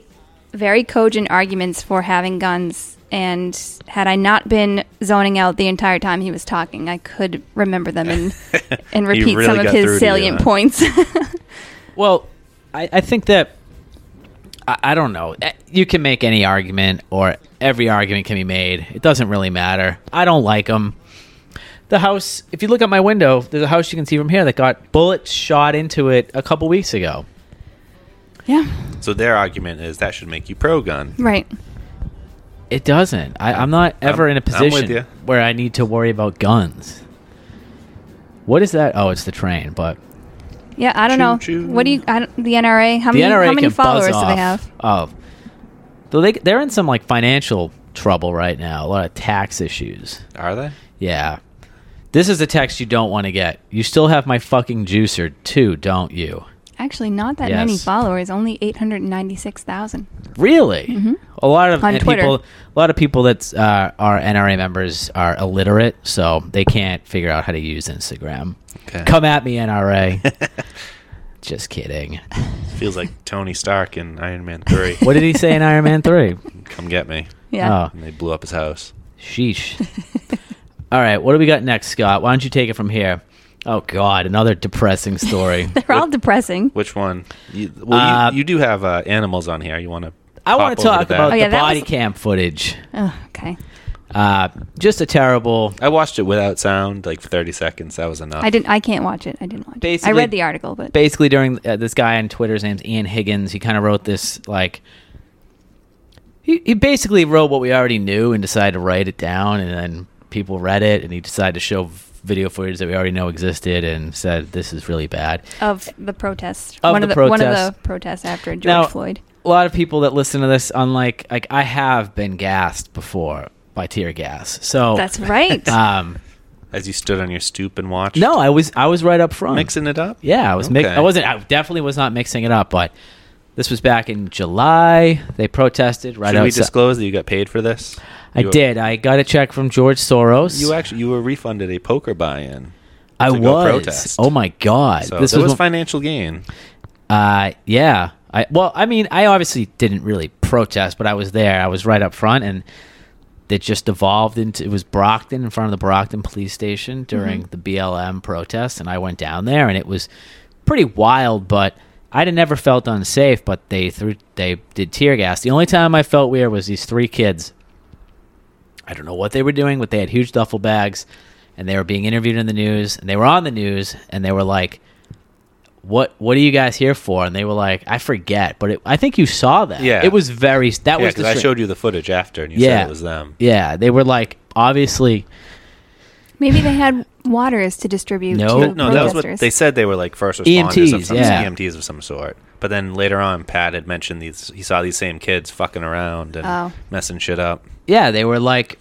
very cogent arguments for having guns and had I not been zoning out the entire time he was talking, I could remember them and and
He
repeat
really
some of
got through
his
to you,
salient
huh?
points.
Well, I, I think that I, I don't know. Eh, You can make any argument, or every argument can be made. It doesn't really matter. I don't like them. The house. If you look out my window, there's a house you can see from here that got bullets shot into it a couple weeks ago.
yeah.
So their argument is that should make you pro gun.
Right.
It doesn't. I, I'm not ever in a
I'm with
position
ya.
where I need to worry about guns. What is that? Oh, it's the train. But
Yeah, I don't know.
Choo-choo.
What do you I don't, the NRA? How
the
many
NRA
how many
can buzz
followers do they
off.
have?
Oh, though they they're in some like financial trouble right now. A lot of tax issues.
Are they?
Yeah. This is a text you don't want to get. You still have my fucking juicer too, don't you?
Actually, not that many
Yes.
followers. Only eight hundred ninety-six thousand.
Really? A lot of
Mm-hmm. On
and
Twitter.
people, a lot of people that uh, are NRA members are illiterate, so they can't figure out how to use Instagram.
Okay.
Come at me, NRA. Just kidding.
Feels like Tony Stark in Iron Man Three.
What did he say in Iron Man Three?
Come get me.
Yeah.
Oh,
And they blew up his house.
sheesh. All right, what do we got next, Scott? Why don't you take it from here? Oh God, another depressing story.
They're all depressing.
Which one? You, well,
Uh,
you, you do have uh, animals on here. You want to?
I want to talk about
Oh, yeah,
the
that
body
was-
cam footage.
Oh, okay.
Uh, just a terrible.
I watched it without sound, like for thirty seconds. That was enough.
I didn't. I can't watch it. I didn't watch it. I
Basically-
read the article, but
Basically, during uh, this guy on Twitter, his name's Ian Higgins. He kind of wrote this like. He he basically wrote what we already knew and decided to write it down, and then people read it, and he decided to show v- video footage that we already know existed, and said this is really bad.
of the protest.
Of
one
the
of the one of
protest.
the protests after George
Now-
Floyd.
A lot of people that listen to this, unlike like I have been gassed before by tear gas, so
That's right.
um
As you stood on your stoop and watched.
no, I was I was right up front
mixing it up.
Yeah, I was. Mix-
Okay.
I wasn't. I definitely was not mixing it up. But this was back in July. They protested right
Should we
outside-
disclose that you got paid for this?
I
You-
did. I got a check from George Soros.
You actually you were refunded a poker buy-in.
I
to
was.
go protest.
Oh my god!
So
this
there was,
one-
financial gain.
Uh, yeah. I well, I mean, I obviously didn't really protest, but I was there. I was right up front, and it just evolved into it was Brockton in front of the Brockton police
Mm-hmm.
station during the BLM protest, and I went down there, and it was pretty wild, but. I'd never felt unsafe, but they threw they did tear gas. The only time I felt weird was these three kids. I don't know what they were doing, but they had huge duffel bags, and they were being interviewed in the news, and they were on the news, and they were like, what what are you guys here for? And they were like, I forget, but it, I think you saw that.
Yeah.
it was very that
Yeah,
was
because
the
I
str-
showed you the footage after, and you
Yeah.
said it was them.
Yeah, they were like obviously
Maybe they had waters to distribute
Oh, No.
to
But
No, that was
protesters.
what they said. They were like first responders
EMTs,
of some
yeah.
EMTs of some sort. But then later on, Pat had mentioned these. He saw these same kids fucking around and
Oh.
messing shit up.
yeah they were like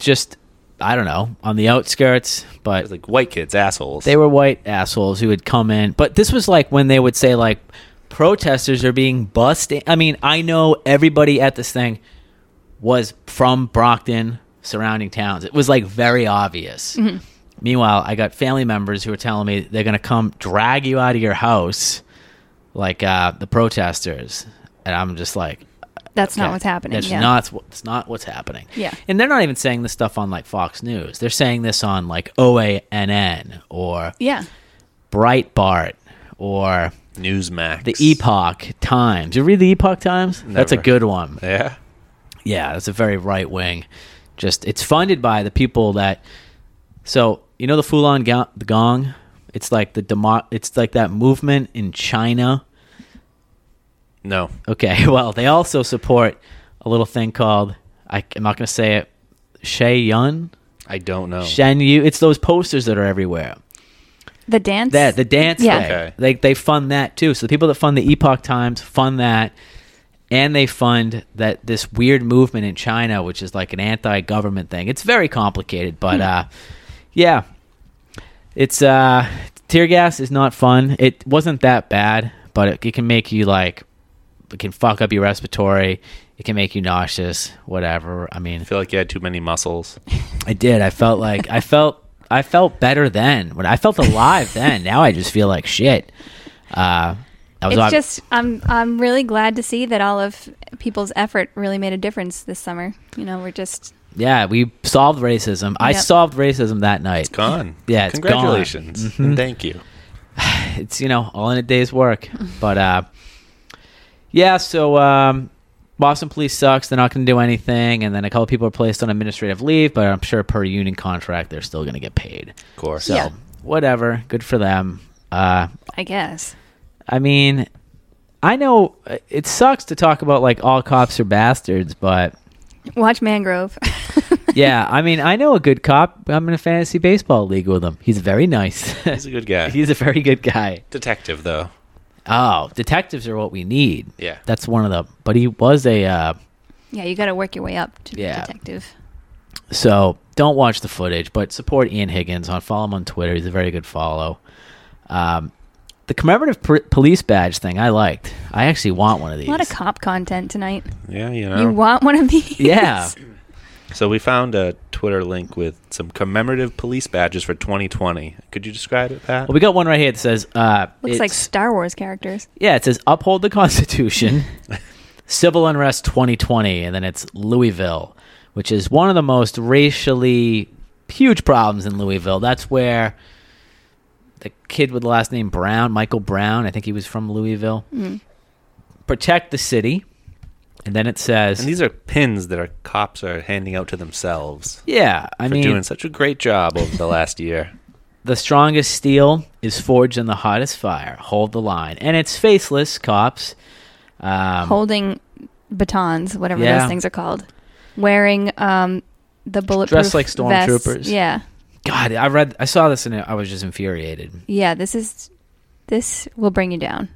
just I don't know on the outskirts,
It
but
was like white kids, assholes.
they were white assholes who had come in. But this was like when they would say like protesters are being busted. I mean, I know everybody at this thing was from Brockton, surrounding towns. It was like very obvious. Meanwhile, I got family members who were telling me they're going to come drag you out of your house, like uh, the protesters. And I'm just like,
That's not
okay,
what's happening.
That's
yeah.
not, wh- that's not what's happening.
Yeah.
And they're not even saying this stuff on like Fox News. They're saying this on like OANN or
Yeah.
Breitbart or
Newsmax.
the E Epoch Times. You read the Epoch Times? That's a
Never.
good one.
Yeah.
Yeah, that's a very right wing. Just it's funded by the people that. So you know the Fulan Ga- the Gong. It's like the demo- It's like that movement in China.
No.
Okay, well they also support a little thing called I, am not going to say it. Shay Yun,
I don't know.
Shen Yu. It's those posters that are everywhere.
The dance.
That the dance
Yeah.
thing.
Okay.
They they fund that too. So the people that fund the Epoch Times fund that, and they fund that this weird movement in China, which is like an anti-government thing. It's very complicated, but
Hmm.
uh, yeah, it's uh, tear gas is not fun. It wasn't that bad, but it, it can make you like it can fuck up your respiratory. It can make you nauseous, whatever. I mean,
I feel like you had too many muscles.
I did. I felt like I felt I felt better then. When I felt alive then. Now I just feel like shit. Uh, I was
It's
ob-
just I'm I'm really glad to see that all of people's effort really made a difference this summer. You know, we're just
yeah. We solved racism. I
Yep.
solved racism that night.
Gone.
Yeah, it's gone. Mm-hmm.
Congratulations. And thank you.
it's you know all in a day's work but uh yeah so um boston police sucks they're not going to do anything and then a couple people are placed on administrative leave but i'm sure per union contract they're still going to get paid
Of course.
so
Yeah.
whatever good for them uh
I guess.
i mean i know uh, it sucks to talk about like all cops are bastards but
Watch Mangrove.
yeah i mean i know a good cop i'm in a fantasy baseball league with him he's very nice
He's a good guy.
he's a very good guy
detective though.
Oh, detectives are what we need.
Yeah.
That's one of them. But he was a uh
yeah, you got to work your way up to
Yeah.
detective.
so don't watch the footage, but support Ian Higgins on follow him on Twitter. He's a very good follow. Um the commemorative pr- police badge thing I liked. I actually want one of these.
A lot of cop content tonight.
Yeah, you
You
know.
want one of these?
yeah.
so we found a Twitter link with some commemorative police badges for 2020. Could you describe it, Pat?
Well, we got one right here that says uh
Looks like
it's-
Star Wars characters.
Yeah, it says uphold the Constitution,
Mm-hmm.
civil unrest 2020, and then it's Louisville, which is one of the most racially huge problems in Louisville. That's where the kid with the last name Brown, Michael Brown, I think he was from Louisville, protect the city. And then it says,
and these are pins that our cops are handing out to themselves
yeah, I
for
mean,
doing such a great job over the last year.
The strongest steel is forged in the hottest fire. Hold the line. And it's faceless, cops. Um,
holding batons, whatever
Yeah.
those things are called, wearing um, the bulletproof
Dressed like
vests.
stormtroopers.
Yeah,
God, I read, I saw this and I was just infuriated.
yeah. This is this will bring you down.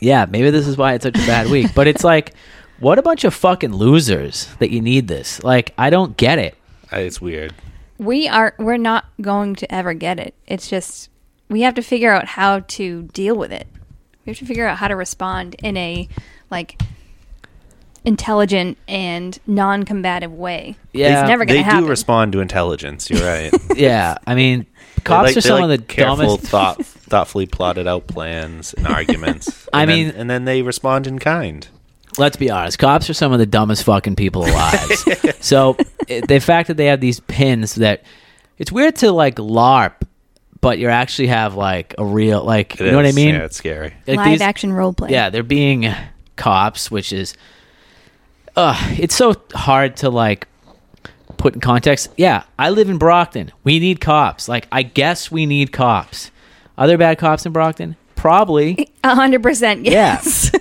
yeah, maybe this is why it's such a bad week. But it's like, what a bunch of fucking losers that you need this. Like, I don't get it.
Uh, It's weird.
We are we're not going to ever get it. It's just we have to figure out how to deal with it. We have to figure out how to respond in a like intelligent and non-combative way.
Yeah.
it's never going
They
to happen.
do respond to intelligence. You're right.
Yeah, I mean,
They
cops
like- they
are some
like
of the
careful,
dumbest.
thought, thoughtfully plotted out plans and arguments.
I
And then-
mean-
and then they respond in kind.
Let's be honest, cops are some of the dumbest fucking people alive. so it- the fact that they have these pins that it's weird to like LARP, but you actually have like a real like
It
you know what I
is.
mean?
Yeah, it's scary.
Like,
Live
these-
action role play.
Yeah, they're being cops, which is uh it's so hard to like put in context. Yeah, I live in Brockton. We need cops. Like I guess we need cops. Are there bad cops in Brockton? Probably,
A hundred percent. Yes.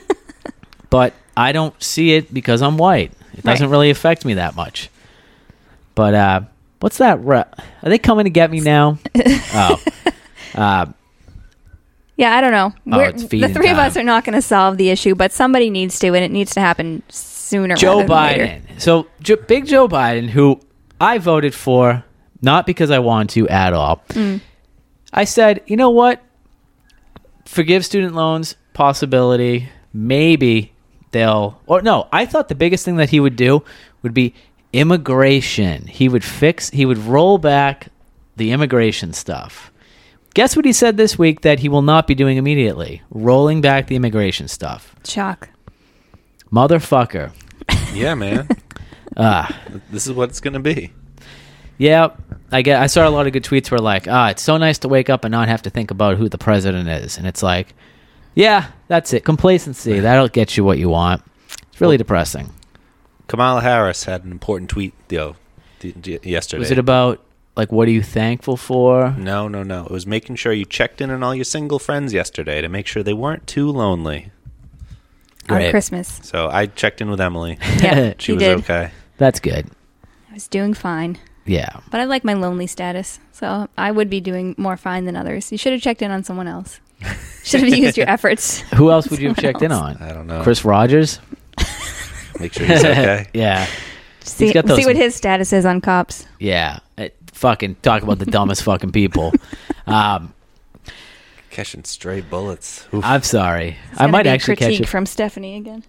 but I don't see it because I'm white. It doesn't
Right.
really affect me that much. But uh what's that re- Are they coming to get me now? oh. Uh,
Yeah, I don't know.
Oh,
We're,
it's
the
feeding
three of us
time.
are not going to solve the issue, but somebody needs to, and it needs to happen sooner.
Joe
rather than later.
Biden. So J- big Joe Biden, who I voted for not because I want to at all. I said, you know what? Forgive student loans, possibility. Maybe they'll. Or no, I thought the biggest thing that he would do would be immigration. He would fix. He would roll back the immigration stuff. Guess what he said this week that he will not be doing immediately? Rolling back the immigration stuff.
Shock.
Motherfucker.
Yeah, man.
Ah.
this is what it's going to be.
Yeah, I get. I saw a lot of good tweets where like, ah, it's so nice to wake up and not have to think about who the president is, and it's like, yeah, that's it. Complacency that'll get you what you want. It's really depressing.
Kamala Harris had an important tweet though the, the- yesterday.
Was it about like what are you thankful for?
no, no, no. It was making sure you checked in on all your single friends yesterday to make sure they weren't too lonely.
Great.
On Christmas.
So I checked in with Emily.
Yeah,
She
he
was
did.
okay.
That's good.
I was doing fine,
Yeah,
but I like my lonely status, so I would be doing more fine than others. You should have checked in on someone else. Should have used your efforts.
who else would you have
Someone
checked in
else.
on?
I don't know.
Chris Rogers.
Make sure Uh, he's okay.
Yeah.
See,
got those-
see what his status is on cops.
Yeah. It- fucking talk about the dumbest fucking people. Um,
Catching stray bullets. Oof.
I'm sorry.
It's
I
gonna
might
be a
actually catch
critique
it.
from Stephanie again.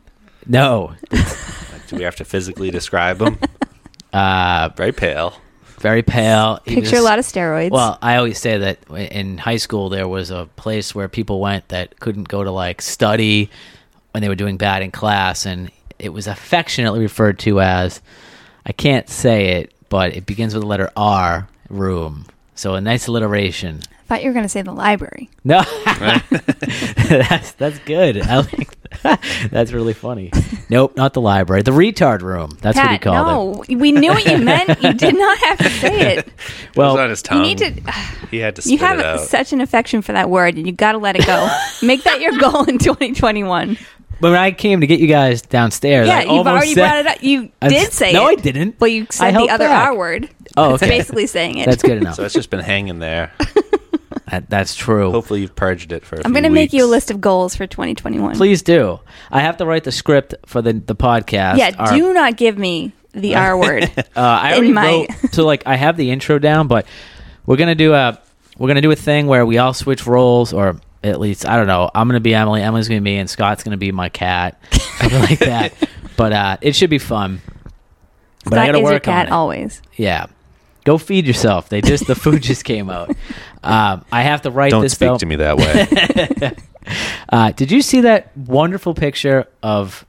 no.
Like, do we have to physically describe him?
Uh,
Very pale.
very pale. He
Picture a
was-
lot of steroids.
Well, I always say that w- in high school there was a place where people went that couldn't go to like study when they were doing bad in class, and it was affectionately referred to as I can't say it, but it begins with the letter R. Room. So a nice alliteration.
I thought you were going to say the library.
No, that's that's good. I like that's really funny. Nope, not the library. The retard room. That's what he
Pat,
called it.
no, we knew what you meant. You did not have to say it.
Well, it was on
Well,
his tongue.
You need to.
he had to spit
You
it
have
out.
such an affection for that word, and you got to let it go. Make that your goal in 2021.
when I came to get you guys downstairs,
Yeah,
I
you've
almost
already
said-
brought it up. You
I
did
s-
say
no,
it.
I didn't.
Well, you
I
said
held
the other
back.
R word.
Oh,
It's
okay.
basically saying it.
That's good enough.
So it's just been hanging there.
That- that's true.
Hopefully you've purged it for. i
I'm going to make you a list of goals for 2021.
Please do. I have to write the script for the the podcast.
Yeah,
Our-
do not give me the R word.
uh, I
in
already
my-
wrote. So like, I have the intro down, but we're gonna do a we're gonna do a thing where we all switch roles, or at least I don't know. I'm gonna be Emily. Emily's gonna be me, and Scott's gonna be my cat, something like that. But uh, it should be fun. But I
That
gotta
is your
work
cat
on it.
always.
yeah. Go feed yourself. They just the food just came out. Um, I have to write
Don't
this
speak
though.
to me that way.
Uh, did you see that wonderful picture of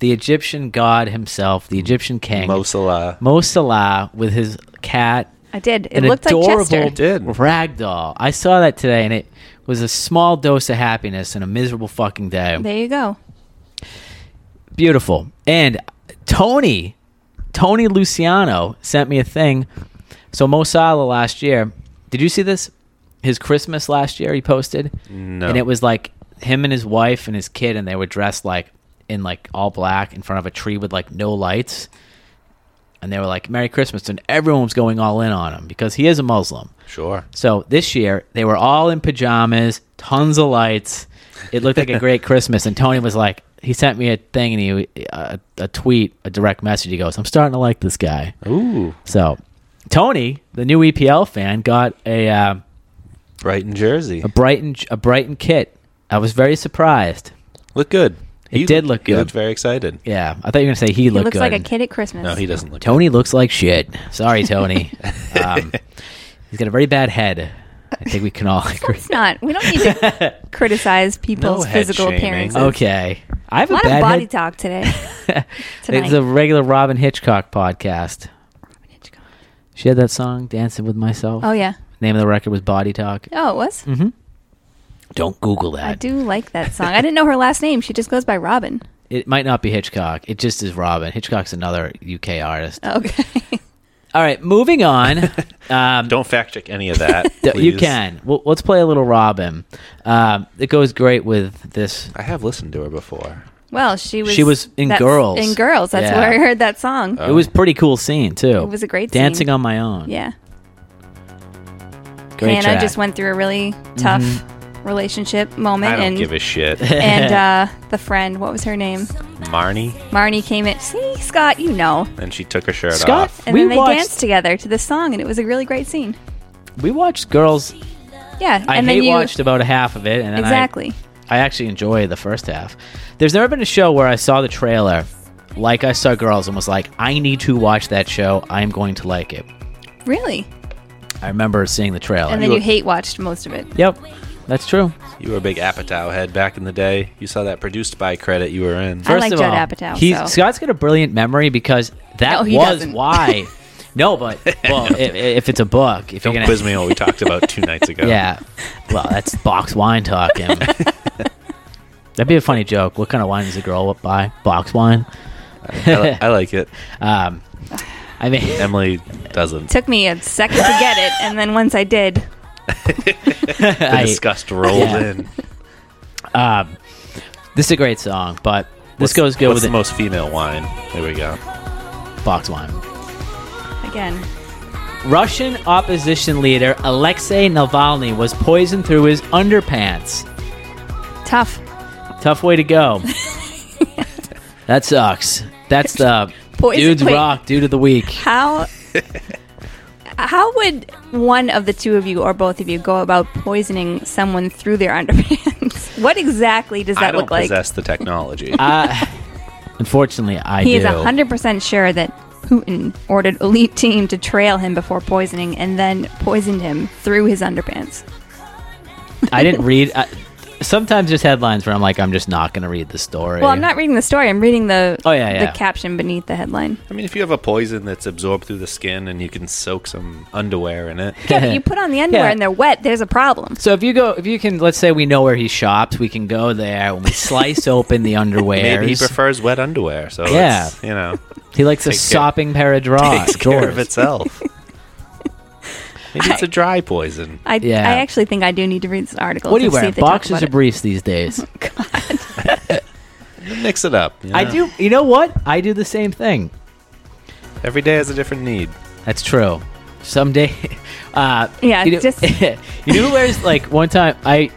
the Egyptian god himself, the Egyptian king,
Mo Salah.
Mo Salah, with his cat?
I did. It
an
looked like
adorable
Chester.
Did.
ragdoll. I saw that today, and it was a small dose of happiness and a miserable fucking day.
There you go.
Beautiful. And Tony, Tony Luciano sent me a thing. So Mo Salah last year, did you see this? His Christmas last year, he posted.
No.
And it was like him and his wife and his kid, and they were dressed like in like all black in front of a tree with like no lights. And they were like, Merry Christmas. And everyone was going all in on him because he is a Muslim.
Sure.
So this year they were all in pajamas, tons of lights. It looked like a great Christmas. And Tony was like, he sent me a thing and he a, a tweet, a direct message. He goes, "I'm starting to like this guy."
Ooh.
So Tony, the new EPL fan, got a uh,
Brighton jersey.
a Brighton a Brighton kit. I was very surprised.
Look good.
It did look
He
good.
looked very excited.
Yeah, I thought you were gonna say he,
He
looked
looks
good.
like a kid at Christmas.
No, he doesn't look.
Tony looks like shit. Sorry, Tony. um, he's got a very bad head. I think we can all agree.
It's not. We don't need to criticize people's
head
physical
shaming.
appearances.
Okay, I have a,
A lot
bad
of body
head.
talk today.
It's a regular Robin Hitchcock podcast. She had that song, Dancing with Myself.
Oh yeah.
Name of the record was Body Talk.
Oh, it was.
Mm-hmm. Don't Google that.
I do like that song. I didn't know her last name. She just goes by Robin.
It might not be Hitchcock. It just is Robin. Hitchcock's another UK artist.
Okay.
All right, moving on. um,
Don't fact check any of that.
d- you
please.
can. Well, let's play a little Robin. Um, it goes great with this.
I have listened to her before.
Well, she was.
She was in
that's-
Girls.
In girls. That's
Yeah.
where I heard that song.
Oh.
It was pretty cool scene too.
It was a great scene.
dancing on my own.
yeah.
great
Hannah
track. Mm-hmm.
just went through a really tough relationship moment,
Oh, I don't
and
give a shit.
and uh, the friend, what was her name?
Marnie,
Marnie came in. See, Scott, you know.
and she took her shirt
Scott,
off.
And
we
then they
watched
danced together to this song, and it was a really great scene.
we watched Girls.
Yeah,
I
and
hate
then you
watched about a half of it, and then I
exactly.
I actually enjoy the first half. There's never been a show where I saw the trailer, like I saw Girls, and was like, I need to watch that show. I'm going to like it.
Really?
I remember seeing the trailer.
And then you
look-
hate watched most of it.
yep, that's true.
You were a big Apatow head back in the day. You saw that produced by credit you were in.
I like Judd Apatow,
he's-
so-
Scott's got a brilliant memory because that
No, he
was
doesn't.
why. no, but well, if, if it's a book, if
Don't
you're gonna
quiz me on what we talked about two nights ago.
Yeah. Well, that's box wine talking. That'd be a funny joke. What kind of wine does a girl buy? Box wine.
I, li- I like it.
Um, I mean,
Emily doesn't.
Took me a second to get it, and then once I did,
The
I-
disgust rolled
Yeah.
in.
um, this is a great song, but this
What's-
goes good
what's
with
the
it.
most female wine. There we go.
box wine.
again,
Russian opposition leader Alexei Navalny was poisoned through his underpants.
tough.
Tough way to go. that sucks. That's the
Poison-
dude's
wait.
rock dude of the week.
How how would one of the two of you or both of you go about poisoning someone through their underpants? what exactly does
I
that
don't
look like?
possess the technology.
Uh, unfortunately, I
He
do.
is hundred percent sure that Putin ordered elite team to trail him before poisoning, and then poisoned him through his underpants.
I didn't read. I, sometimes there's headlines where I'm like, I'm just not going to read the story.
Well, I'm not reading the story. I'm reading the
Oh, yeah, yeah.
the caption beneath the headline.
I mean, if you have a poison that's absorbed through the skin and you can soak some underwear in it,
Yeah, but you put on the underwear
Yeah.
and they're wet. There's a problem.
So if you go, if you can, let's say we know where he shops, we can go there and we slice open the underwear.
maybe he prefers wet underwear. So
Yeah. Ah,
it's, you know,
He likes a
Take care-
sopping pair of draws.
takes care of
drawers.
itself. maybe it's a dry poison.
I,
Yeah.
I actually think I do need to read this article.
What do you
to see
wear?
if they talk
Boxers
about
or
it.
briefs these days?
Mix it up. you
I
know?
do. You know what? I do the same thing.
Every day has a different need.
That's true. Someday, uh,
Yeah,
you know,
just-
you know who wears like one time I.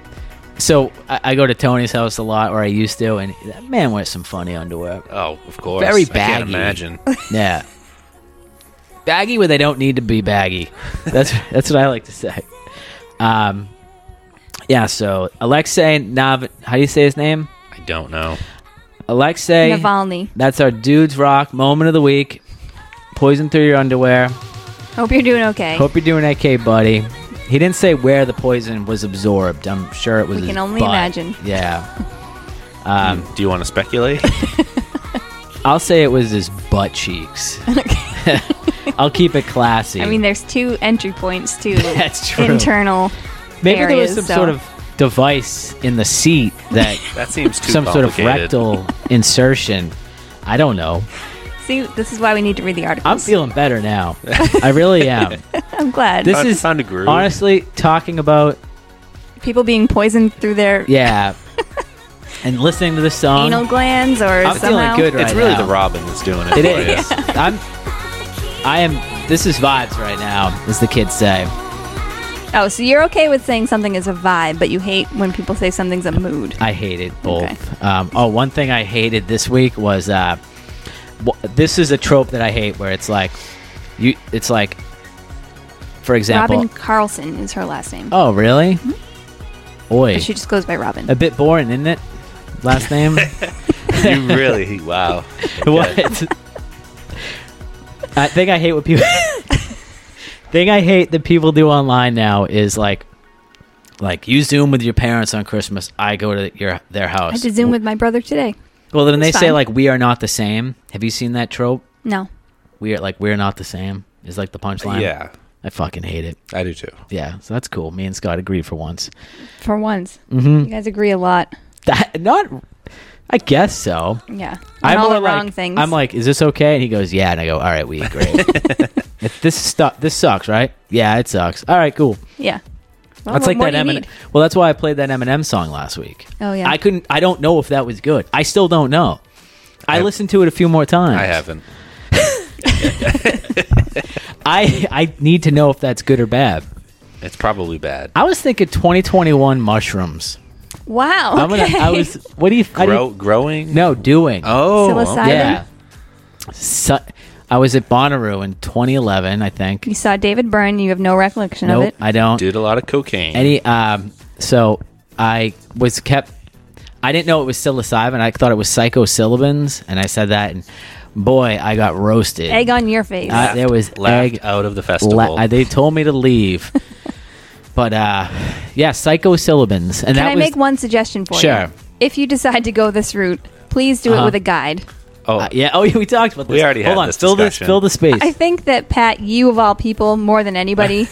So I, I go to Tony's house a lot, or I used to, and that man wears some funny underwear.
Oh, of course.
Very
I can't
baggy.
imagine.
Yeah, baggy where they don't need to be baggy. That's that's what I like to say. Um, yeah. So Alexei Nav, how do you say his name?
I don't know.
Alexei
Navalny.
That's our dudes rock moment of the week. Poison through your underwear.
Hope you're doing okay.
Hope you're doing okay, buddy. He didn't say where the poison was absorbed. I'm sure it was.
We can
his
only
butt.
imagine.
Yeah, um,
Hmm, Do you want to speculate?
I'll say it was his butt cheeks. I'll keep it classy.
I mean, there's two entry points to
That's true.
internal.
maybe there was
areas,
some
so-
sort of device in the seat that
That seems too
some sort of
complicated.
rectal insertion. I don't know.
See, this is why we need to read the article.
I'm feeling better now. I really am.
I'm glad.
This
Found-
is
found a groove.
honestly talking about
People being poisoned through their
Yeah. and listening to the song.
anal glands, or
I'm
somehow.
feeling good right
It's really
now.
the Robin that's doing it.
It
for you.
is. I'm I am this is vibes right now, as the kids say.
Oh, so you're okay with saying something is a vibe, but you hate when people say something's a mood.
I hated both. Um, oh, one thing I hated this week was uh, w- this is a trope that I hate where it's like you it's like for example
Robin Hmm? Carlson is her last name.
Oh, really? Oi.
But she just goes by Robin.
a bit boring, isn't it? Last name?
You really, wow.
what? I think I hate what people. thing I hate that people do online now is like, like you Zoom with your parents on Christmas. I go to your their house.
I had to Zoom with my brother today.
Well, then they
It's
say
fine.
like we are not the same. Have you seen that trope?
No.
We are like we're not the same. Is like the punchline.
Yeah,
I fucking hate it.
I do too.
Yeah, so that's cool. Me and Scott agree for once.
For once.
Mm-hmm.
You guys agree a lot.
That not. I guess so.
Yeah. On all the
more like-
wrong things.
I'm like, is this okay? And he goes, yeah. And I go, all right, we agree. If this stuff, this sucks, right? Yeah, it sucks. All right, cool.
yeah.
that's
Well, Oh, what
like
more
that
do you
Eminem.
need?
Well, that's why I played that Eminem song last week.
Oh, yeah.
I couldn't. I don't know if that was good. I still don't know. I,
I-
listened to it a few more times.
I haven't.
I I need to know if that's good or bad.
It's probably bad.
I was thinking 2021 mushrooms.
Wow.
I'm gonna. I
okay.
was. What do you? I
Grow,
didn't-
growing?
no, doing.
Oh,
Psilocybin?
okay.
yeah. So, I was at Bonnaroo in 2011, I think.
You saw David Byrne. You have no recollection of
nope,
it.
I don't.
Did a lot of cocaine.
Any um so I was kept I didn't know it was psilocybin. I thought it was psilocybins and I said that and boy, I got roasted.
Egg on your face.
Uh, there was
Laughed
egg
out of the festival.
la- uh, they told me to leave. but uh yeah, psilocybins. And
Can
that
I
was
make one suggestion for you?
Sure.
If you decide to go this route, please do
Uh-huh.
it with a guide.
oh,
uh, yeah, oh, we talked about this.
We already
Hold
had
on,
this
fill
discussion.
this fill the space.
I think that Pat, you of all people, more than anybody,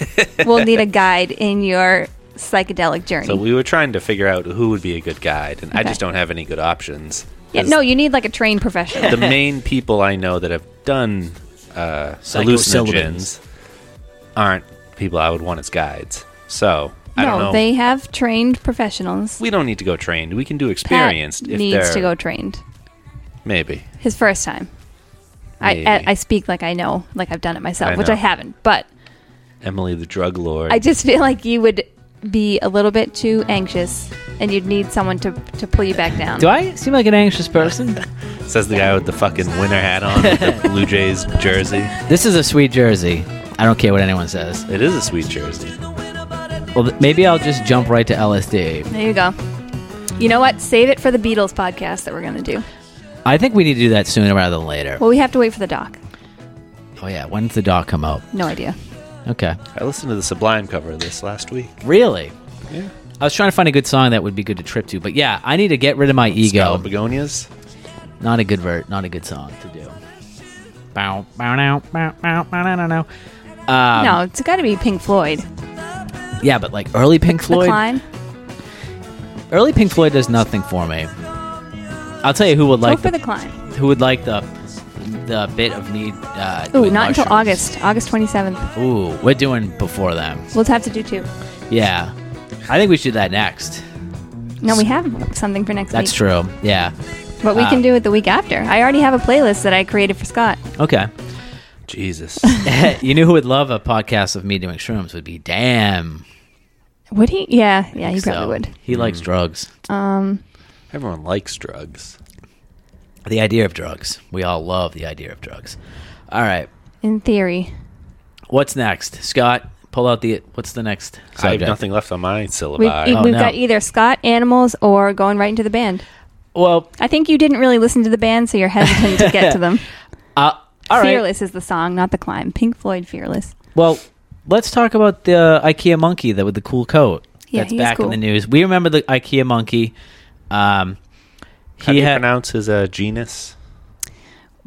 will need a guide in your psychedelic journey.
So we were trying to figure out who would be a good guide, and I
Okay.
just don't have any good options.
yeah,
'Cause
no, you need like a trained professional.
the main people I know that have done uh, hallucinogens
Psychosyllabins.
aren't people I would want as guides. So I don't know.
no, they have trained professionals.
we don't need to go trained. We can do
Pat
experienced. if
needs
they're-
to go trained.
Maybe.
His first time. I, I
Maybe.
I speak like I know, like I've done it myself,
I
which
know.
I haven't. But
Emily the drug lord.
I just feel like you would be a little bit too anxious and you'd need someone to, to pull you back down.
Do I seem like an anxious person?
Says the guy with the fucking winter hat on, with the Blue Jays jersey.
this is a sweet jersey. I don't care what anyone says.
It is a sweet jersey.
Well, th- maybe I'll just jump right to LSD.
there you go. You know what? Save it for the Beatles podcast that we're going to do.
I think we need to do that sooner rather than later.
Well, we have to wait for the doc.
Oh yeah, when's the doc come out?
No idea.
Okay.
I listened to the Sublime cover of this last week.
Really?
Yeah.
I was trying to find a good song that would be good to trip to, but yeah, I need to get rid of my
Scallop
ego.
begonias.
Not a good vert, not a good song to do. Bow, bow, now, bow, bow, bow, no, no, no. Um,
no, it's got to be Pink Floyd.
Yeah, but like early Pink Floyd.
The Klein.
Early Pink Floyd does nothing for me. I'll tell you who would
Like
like
for the
the,
Klein.
who would like the the bit of need. Uh,
Ooh,
with
not until
mushrooms.
August. August 27th.
Ooh, we're doing before them.
We'll have to do two.
Yeah, I think we should do that next.
No, we have something for next
That's
week.
true. Yeah.
But we
Ah.
can do it the week after. I already have a playlist that I created for Scott.
Okay.
Jesus.
you knew who would love a podcast of me doing shrooms would be damn.
Would he? Yeah, yeah, he
So,
probably would.
He
Hmm.
likes drugs.
Um,
Everyone likes drugs.
The idea of drugs. We all love the idea of drugs. All right.
in theory.
What's next, Scott? Pull out the. What's the next?
I have
subject?
nothing left on my
We,
syllabi.
Oh,
we've
no.
got either Scott, animals, or going right into the band.
Well,
I think you didn't really listen to the band, so you're hesitant to get to them.
uh, all right.
Fearless is the song, not the climb. Pink Floyd, Fearless.
Well, let's talk about the IKEA monkey that with the cool coat.
Yeah,
that's
he's
back in
cool.
the news. We remember the IKEA monkey. Um,
How do
he
you
had.
pronounce his uh, genus?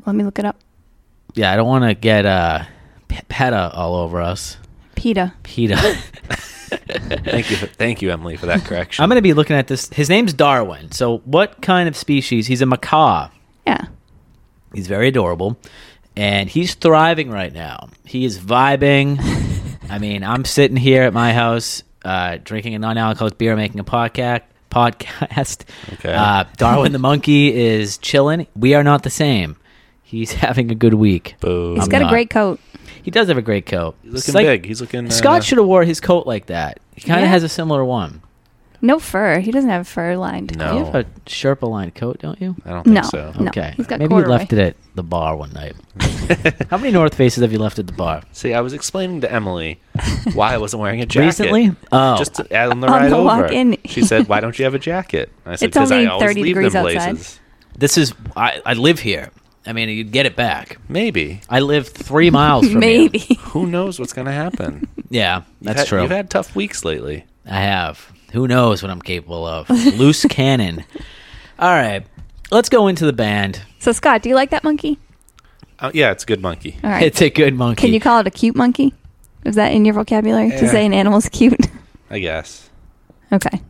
Let me look it up.
Yeah, I don't want to get uh, P- PETA all over us.
PETA.
PETA.
Thank you, for, thank you, Emily, for that correction.
I'm going to be looking at this. His name's Darwin. So, what kind of species? He's a macaw.
Yeah.
He's very adorable, and he's thriving right now. He is vibing. I mean, I'm sitting here at my house, uh, drinking a non-alcoholic beer, making a podcast. Podcast.
Okay.
Uh, Darwin the monkey is chilling. We are not the same. He's having a good week.
Boo.
He's
I'm
got
not.
a great coat.
He does have a great coat.
He's looking
It's like-
big. He's looking. Uh,
Scott should have wore his coat like that. He kind of
Yeah.
has a similar one.
No fur. He doesn't have fur lined.
No.
You have a Sherpa lined coat, don't you?
I don't think
No.
so.
No.
Okay.
he's got
Maybe you
corduroy.
left it at the bar one night. How many North Faces have you left at the bar?
See, I was explaining to Emily why I wasn't wearing a jacket
Recently? Oh.
just to- on the
On
ride
the
over.
walk in.
She said, "Why don't you have a jacket?" I said,
It's
"Because I
only
always
30
leave
degrees
them
outside.
places."
This is I, I live here. I mean, you'd get it back.
Maybe.
I live three miles from you.
Maybe.
Who knows what's going to happen?
Yeah, that's
You've had-
true.
You've had tough weeks lately.
I have. Who knows what I'm capable of? Loose cannon. All right, let's go into the band.
so, Scott, do you like that monkey?
Uh, yeah, it's a good monkey.
All right.
It's a good monkey.
Can you call it a cute monkey? Is that in your vocabulary to
Yeah.
say an animal's cute?
I guess
okay.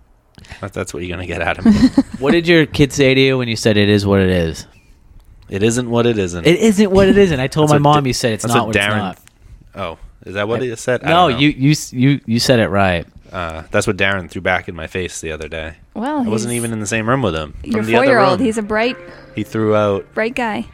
that, that's what you're going to get out of me.
what did your kid say to you when you said it is what it is?
it isn't what it isn't.
It isn't what it is, and I told
That's
my
what
mom
Da-
you said it's
that's
not
what
what, it's
Darren-
not.
oh, is that what it said? I don't
No,
know.
you you s- you you said it right.
Uh, that's what Darren threw back in my face the other day.
Well,
I wasn't even in the same room with him. From
Your
the other
four year old.
room.
He's a bright,
He threw out.
bright guy.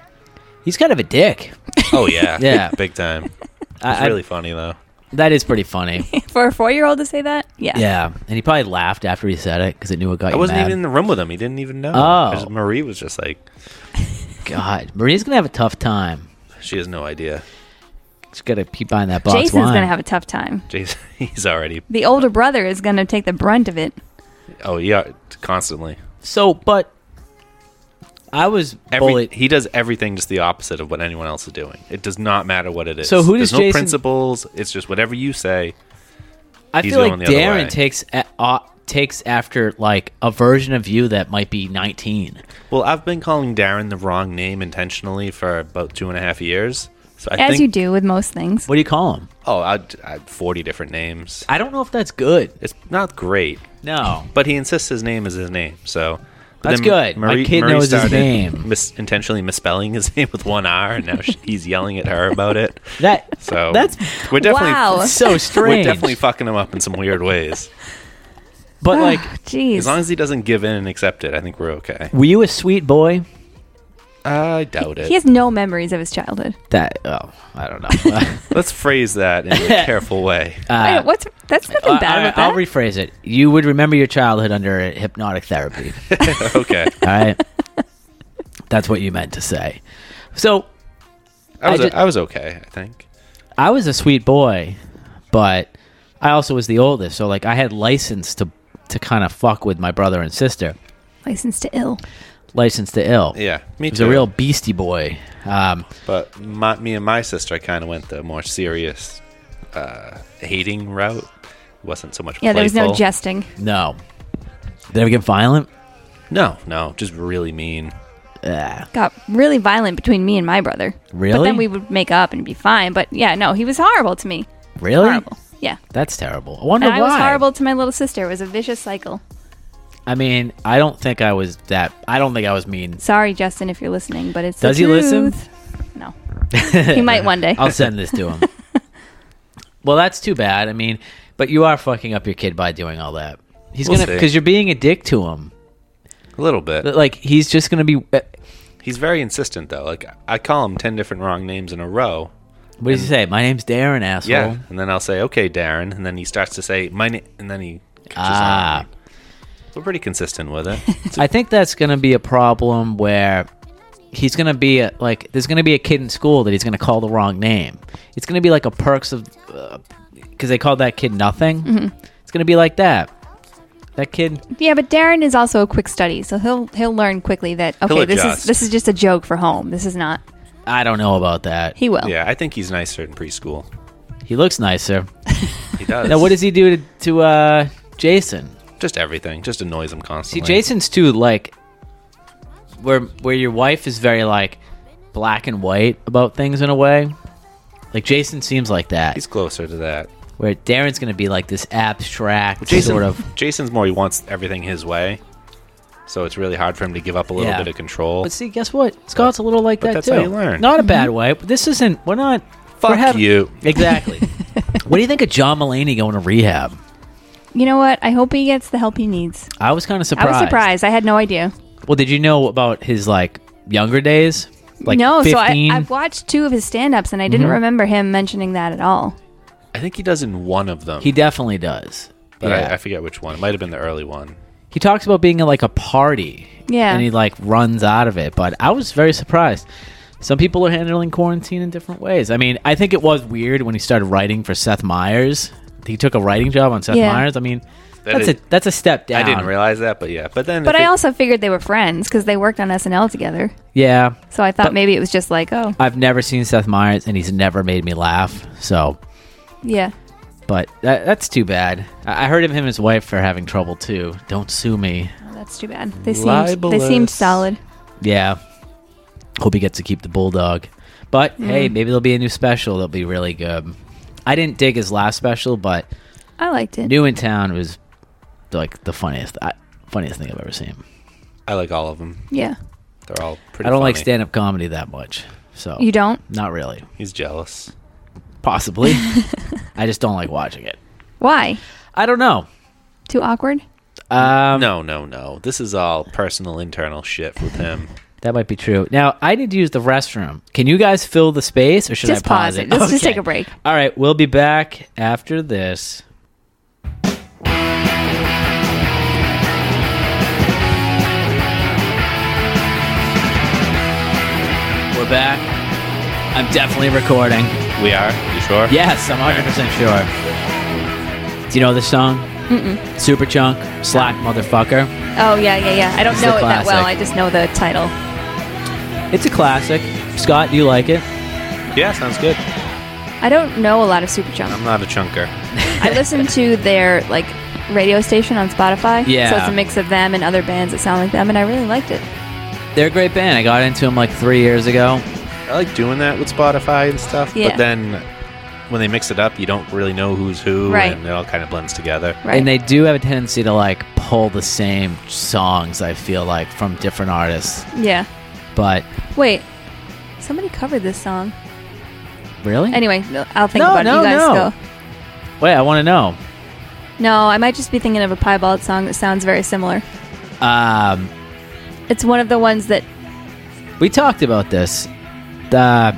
He's kind of a dick.
Oh yeah,
Yeah.
big time. It's
I- I-
really funny though.
That is pretty funny.
For a four year old to say that? Yeah.
yeah, and he probably laughed after he said it because it knew it got
I
you
wasn't
mad.
even in the room with him. He didn't even know.
Oh.
I just- Marie was just like,
God, Maria's gonna have a tough time.
she has no idea.
She's gotta keep buying that box
Jason's
wine.
going to have a tough time.
Jason, he's already.
The older brother is going to take the brunt of it.
Oh yeah, constantly.
so, but I was
Every,
bullied.
He does everything just the opposite of what anyone else is doing. It does not matter what it is.
So who
There's
does
no
Jason-
principles. It's just whatever you say.
I
he's
feel like
going the other
Darren
way.
takes a, uh, takes after like a version of you that might be nineteen.
Well, I've been calling Darren the wrong name intentionally for about two and a half years. So I
as
think,
you do with most things.
What do you call him?
Oh, I, I had 40 different names.
I don't know if that's good.
It's not great,
No,
but he insists his name is his name. So but
That's
then
good. My kid knows his
started
name.
Mis- intentionally misspelling his name with one R, and now she, he's yelling at her about it.
that
So
that's
we're definitely
Wow.
so
we're
strange.
definitely fucking him up in some weird ways.
Ah.
but like,
jeez.
As long as he doesn't give in and accept it, I think we're okay.
were you a sweet boy?
I doubt it.
He has no memories of his childhood.
That oh, I don't know. Uh,
Let's phrase that in a careful way.
I don't- what's that's nothing
uh,
bad
all right,
about that.
Uh, I'll rephrase it. You would remember your childhood under hypnotic therapy.
okay.
All right, that's what you meant to say. So
I was,
I
I
ju-
was okay, I think.
I was a sweet boy, but I also was the oldest, so like I had license to to kind of fuck with my brother and sister.
License to ill.
License to ill.
Yeah, me
It was
too.
a real beastie boy. Um,
But my, me and my sister kind of went the more serious uh, hating route. It wasn't so much
Yeah, there was no
playful.
jesting.
no, did I ever get violent?
No, no, just really mean.
Yeah.
Got really violent between me and my brother. But
Really?
then we would make up and be fine. But yeah, no, he was horrible to me.
Really?
Horrible. Yeah.
That's terrible. I wonder
And I
why.
was horrible to my little sister. It was a vicious cycle.
I mean, I don't think I was that. I don't think I was mean.
Sorry, Justin, if you're listening, but it's the
Does he listen?
truth. No. he might one day.
I'll send this to him. well, that's too bad. I mean, but you are fucking up your kid by doing all that. He's
We'll
gonna
see.
because you're being a dick to him.
A little bit.
But, Like he's just gonna be. uh, What
He's very insistent, though. Like, I call him 10 different wrong names in a row.
does he say? My name's Darren, asshole.
Yeah. And then I'll say, okay, Darren. And then he starts to say, my name. And then he. catches
Ah.
on. We're pretty consistent with it.
I think that's going to be a problem where he's going to be a, like there's going to be a kid in school that he's going to call the wrong name. It's going to be like a perks of because they called that kid nothing. It's going to be like that. That kid,
Yeah, but Darren is also a quick study, so he'll he'll learn quickly that okay,
He'll
this is
adjust.
this is just a joke for home. This is not.
I don't know about that. He,
He will.
yeah, I think he's nicer in preschool.
looks nicer.
He does.
Now, what does he do to, to uh, Jason?
Just everything. Just annoys him
See,
constantly.
Jason's too like where where your wife is very like black and white about things in a way. Like Jason seems like that.
He's closer to that.
where Darren's going to be like this abstract
Jason,
sort of.
Jason's more he wants everything his way, so it's really hard for him to give up a little
Yeah.
bit of control.
But see, guess what? Scott's a little like
But
that
that's
too.
how you learn.
Mm-hmm.
Not a bad way. But this isn't. We're not.
Fuck
we're having-
you.
Exactly. what do you think of John Mulaney going to rehab?
You know what? I hope he gets the help he needs.
I was kind of
I
surprised.
was surprised. I had no idea.
Well, did you know about his like younger days? Like Mm-hmm.
no, so
15?
I, I've watched two of his stand-ups and I didn't remember him mentioning that at all.
I think he does in one of them,
he definitely does.
but
Yeah.
I, I forget which one. It might have been the early one.
he talks about being at like a party.
Yeah.
And he like runs out of it. But I was very surprised. Some people are handling quarantine in different ways. I mean, I think it was weird when he started writing for Seth Meyers. He took a writing job on Seth
Yeah.
Meyers. I mean,
That
that's
is-
a that's a step
I
down.
didn't realize that, but yeah. But then,
But
if
I
it-
also figured they were friends because they worked on SNL together.
Yeah,
So I thought
But-
maybe it was just like, oh,
I've never seen Seth Meyers, and he's never made me laugh. So,
yeah.
but that, that's too bad. I, I heard of him and his wife are having trouble too. Don't sue me.
Well, that's too bad. They seemed they seemed
Libelous.
solid.
Yeah. Hope he gets to keep the bulldog. But
Mm.
hey, maybe there'll be a new special that'll be really good. I didn't dig his last special, but
I liked it.
New in Town was like the funniest I, funniest thing I've ever seen.
I like all of them.
Yeah.
They're all pretty.
I don't like
funny.
stand up comedy that much. So
You don't?
not really.
He's jealous.
Possibly. I just don't like watching it.
Why?
I don't know.
Too awkward?
Um,
No, no, no. This is all personal, internal shit with him.
That might be true. Now I need to use the restroom. Can you guys fill the space, or should
Just
I pause,
pause it. Let's just take a break.
All right, we'll be back after this. We're back. I'm definitely recording.
We are. You sure?
Yes, I'm 100 percent sure. Do you know this song? Mm-mm. Superchunk, Slack Motherfucker.
Oh yeah, yeah, yeah. I don't
It's
know
the
it that well. I
classic.
just know the title.
It's a classic. Scott, do you like it?
Yeah. Sounds good.
I don't know a lot of
I'm
Superchunk.
not a chunker.
I listen to their like radio station on Spotify.
Yeah.
So it's a mix of them and other bands that sound like them, and I really liked it.
They're a great band. I got into them like three years ago.
I like doing that with Spotify and stuff,
Yeah.
but then when they mix it up, you don't really know who's who,
Right.
and it all kind of blends together.
Right.
And they do have a tendency to like pull the same songs, I feel like, from different artists.
yeah.
But
Wait. Somebody covered this song.
really?
Anyway, no, I'll think
No,
about
no,
it. You guys
no.
go.
Wait, I want to know.
No, I might just be thinking of a piebald song that sounds very similar.
Um,
It's one of the ones that
We talked about this. The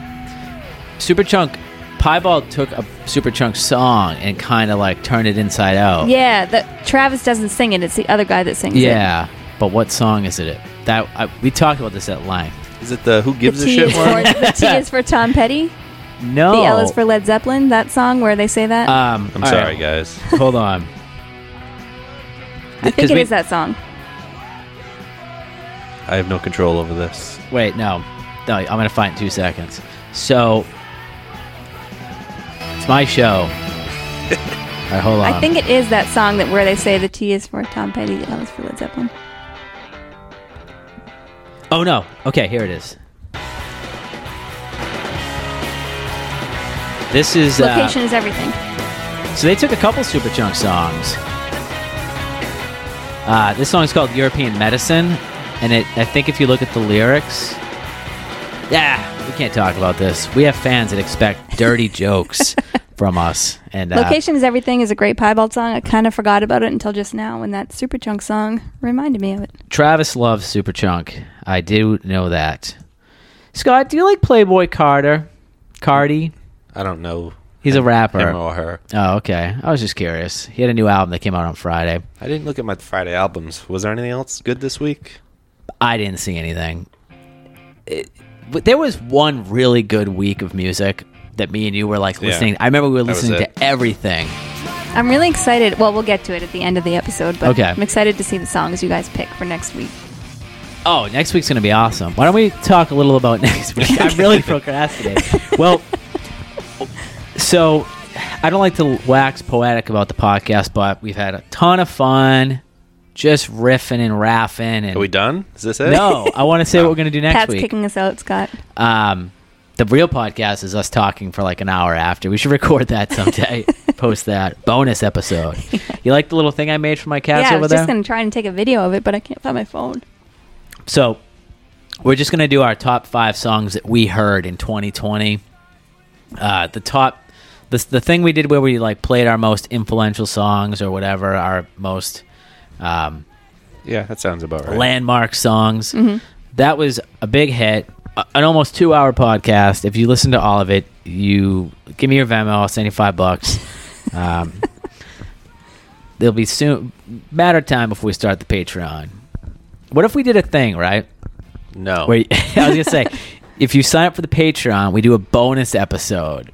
Superchunk Piebald took a Superchunk song and kind of like turned it inside out.
Yeah, the, Travis doesn't sing it. It's the other guy that sings it.
Oh. Yeah, but what song is it? That I, we talked about this at length.
Is it the Who
The
Gives a
T,
Shit
is for,
one?
the T is for Tom Petty.
No,
The L is for Led Zeppelin. That song where they say that.
Um,
I'm
all
sorry,
right,
guys.
Hold on.
I think it is that song.
I have no control over this.
Wait, no, no. I'm gonna find it in two seconds. So it's my show. all right, hold on.
I think it is that song that where they say the T is for Tom Petty. The L is for Led Zeppelin.
Oh no. Okay, here it is. This is uh,
Location is everything.
so they took a couple Superchunk songs. Uh, this song's called European Medicine, and it I think if you look at the lyrics, yeah, we can't talk about this. We have fans that expect dirty jokes from us, and uh,
Location is everything is a great Piebald song. I kind of forgot about it until just now when that Superchunk song reminded me of it.
Travis loves Superchunk. I do know that. Scott, do you like Playboy Carter? Cardi?
I don't know
He's a rapper.
him or her.
Oh, okay. I was just curious. He had a new album that came out on Friday.
I didn't look at my Friday albums. Was there anything else good this week?
I didn't see anything. It- but there was one really good week of music that me and you were like
Yeah.
listening. I remember we were
That was
listening
it.
to everything.
I'm really excited. Well, we'll get to it at the end of the episode, but
Okay.
I'm excited to see the songs you guys pick for next week.
Oh, next week's going to be awesome. Why don't we talk a little about next week? I'm really procrastinating. Well, so I don't like to wax poetic about the podcast, but we've had a ton of fun just riffing and raffing. And
Are we done? Is this it?
No, I want to say what we're going to do next
Pat's
week.
kicking us out, Scott.
Um, the real podcast is us talking for like an hour after. We should record that someday. post that bonus episode. You like the little thing I made for my cats
yeah, I
over
was
there?
just going to try and take a video of it, but I can't find my phone.
so we're just gonna do our top five songs that we heard in 2020. Uh, the top, the the thing we did where we like played our most influential songs or whatever, our most um,
Yeah, that sounds about right.
landmark songs. That was a big hit, a- an almost two hour podcast. If you listen to all of it, you give me your Venmo. I'll send you five bucks. Um, there'll be soon matter of time before we start the Patreon. What if we did a thing, right?
no.
Where I was gonna say, if you sign up for the Patreon, we do a bonus episode.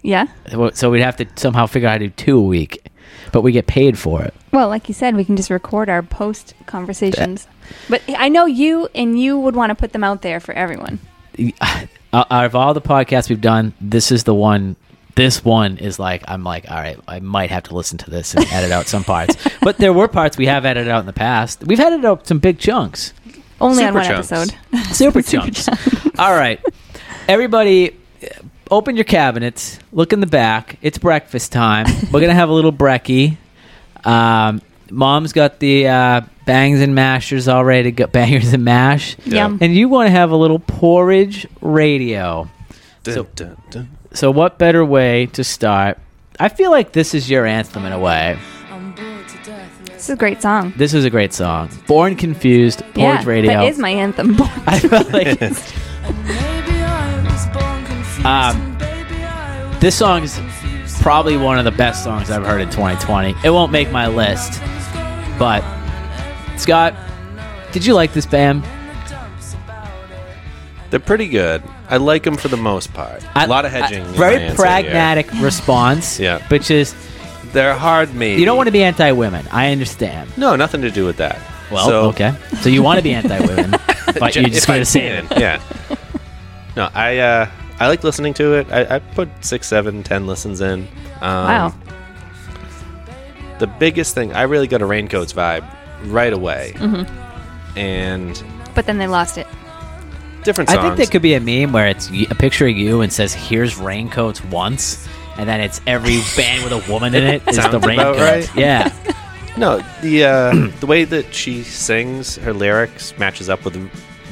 Yeah.
So we'd have to somehow figure out how to do two a week, but we get paid for it.
Well, like you said, we can just record our post conversations. But I know you, and you would want to put them out there for everyone.
out out of all the podcasts we've done, this is the one. This one is like I'm like, all right, I might have to listen to this and edit out some parts. But there were parts we have edited out in the past. We've edited out some big chunks,
Only on
Super
one
chunks.
episode.
super chunks. all right, everybody, uh, open your cabinets, look in the back. It's breakfast time. We're gonna have a little brekkie. Um, Mom's got the uh, bangs and mashers all ready to go. Bangers and mash,
Yum.
and you want to have a little porridge radio.
Dun,
So-
dun, dun.
So, what better way to start? I feel like this is your anthem in a way.
This is a great song.
This is a great song. Born Confused, Porridge
yeah,
Radio.
That is my anthem.
I felt like Um, this song is probably one of the best songs I've heard in 2020. It won't make my list, but Scott, did you like this band?
They're pretty good. I like them for the most part. A
A
lot of hedging. is my
very
answer here.
pragmatic response.
Yeah.
Which is,
They're hard made.
you don't want to be anti women. I understand.
No, nothing to do with that.
Well,
So-
okay. So you want to be anti women, but
Ju-
you're just
if I
going to say it.
can, Yeah. No, I uh, I like listening to it. I, I put six, seven, ten listens in. Um,
wow.
The biggest thing, I really got a raincoats vibe right away,
Mm-hmm.
and
But then they lost it.
different songs.
I think there could be a meme where it's y- a picture of you and says, "Here's raincoats once," and then it's every band with a woman in it is
Sounds
the
about
raincoats.
right.
Yeah,
No, the uh, the way that she sings her lyrics matches up with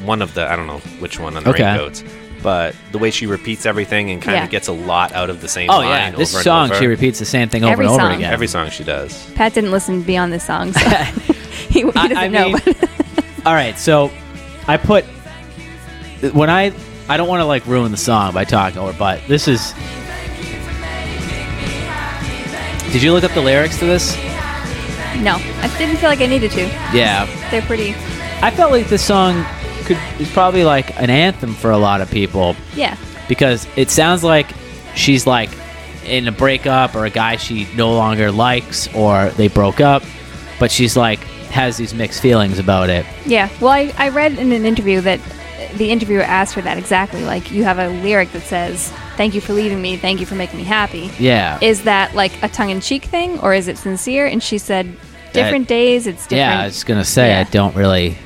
one of the I don't know which one on the
Okay.
raincoats, but the way she repeats everything and kind
Yeah.
of gets a lot out of the same
oh
line.
yeah. This
over and
song
over.
she repeats the same thing over
Every
and over
song.
again.
every song she does.
Pat didn't listen beyond this song, so he, he doesn't know.
all right, so I put when I I don't want to like ruin the song by talking over, but this is. Did you look up the lyrics to this?
No, I didn't feel like I needed to.
Yeah,
They're pretty.
I felt like this song could is probably like an anthem for a lot of people
Yeah.
because it sounds like she's like in a breakup or a guy she no longer likes or they broke up, but she's like has these mixed feelings about it.
Yeah. Well, I, I read in an interview that the interviewer asked her that exactly. Like, you have a lyric that says, Thank you for leaving me. Thank you for making me happy.
Yeah.
Is that like a tongue in cheek thing or is it sincere? And she said, Different days, it's different.
yeah, I was gonna say I
Yeah.
don't really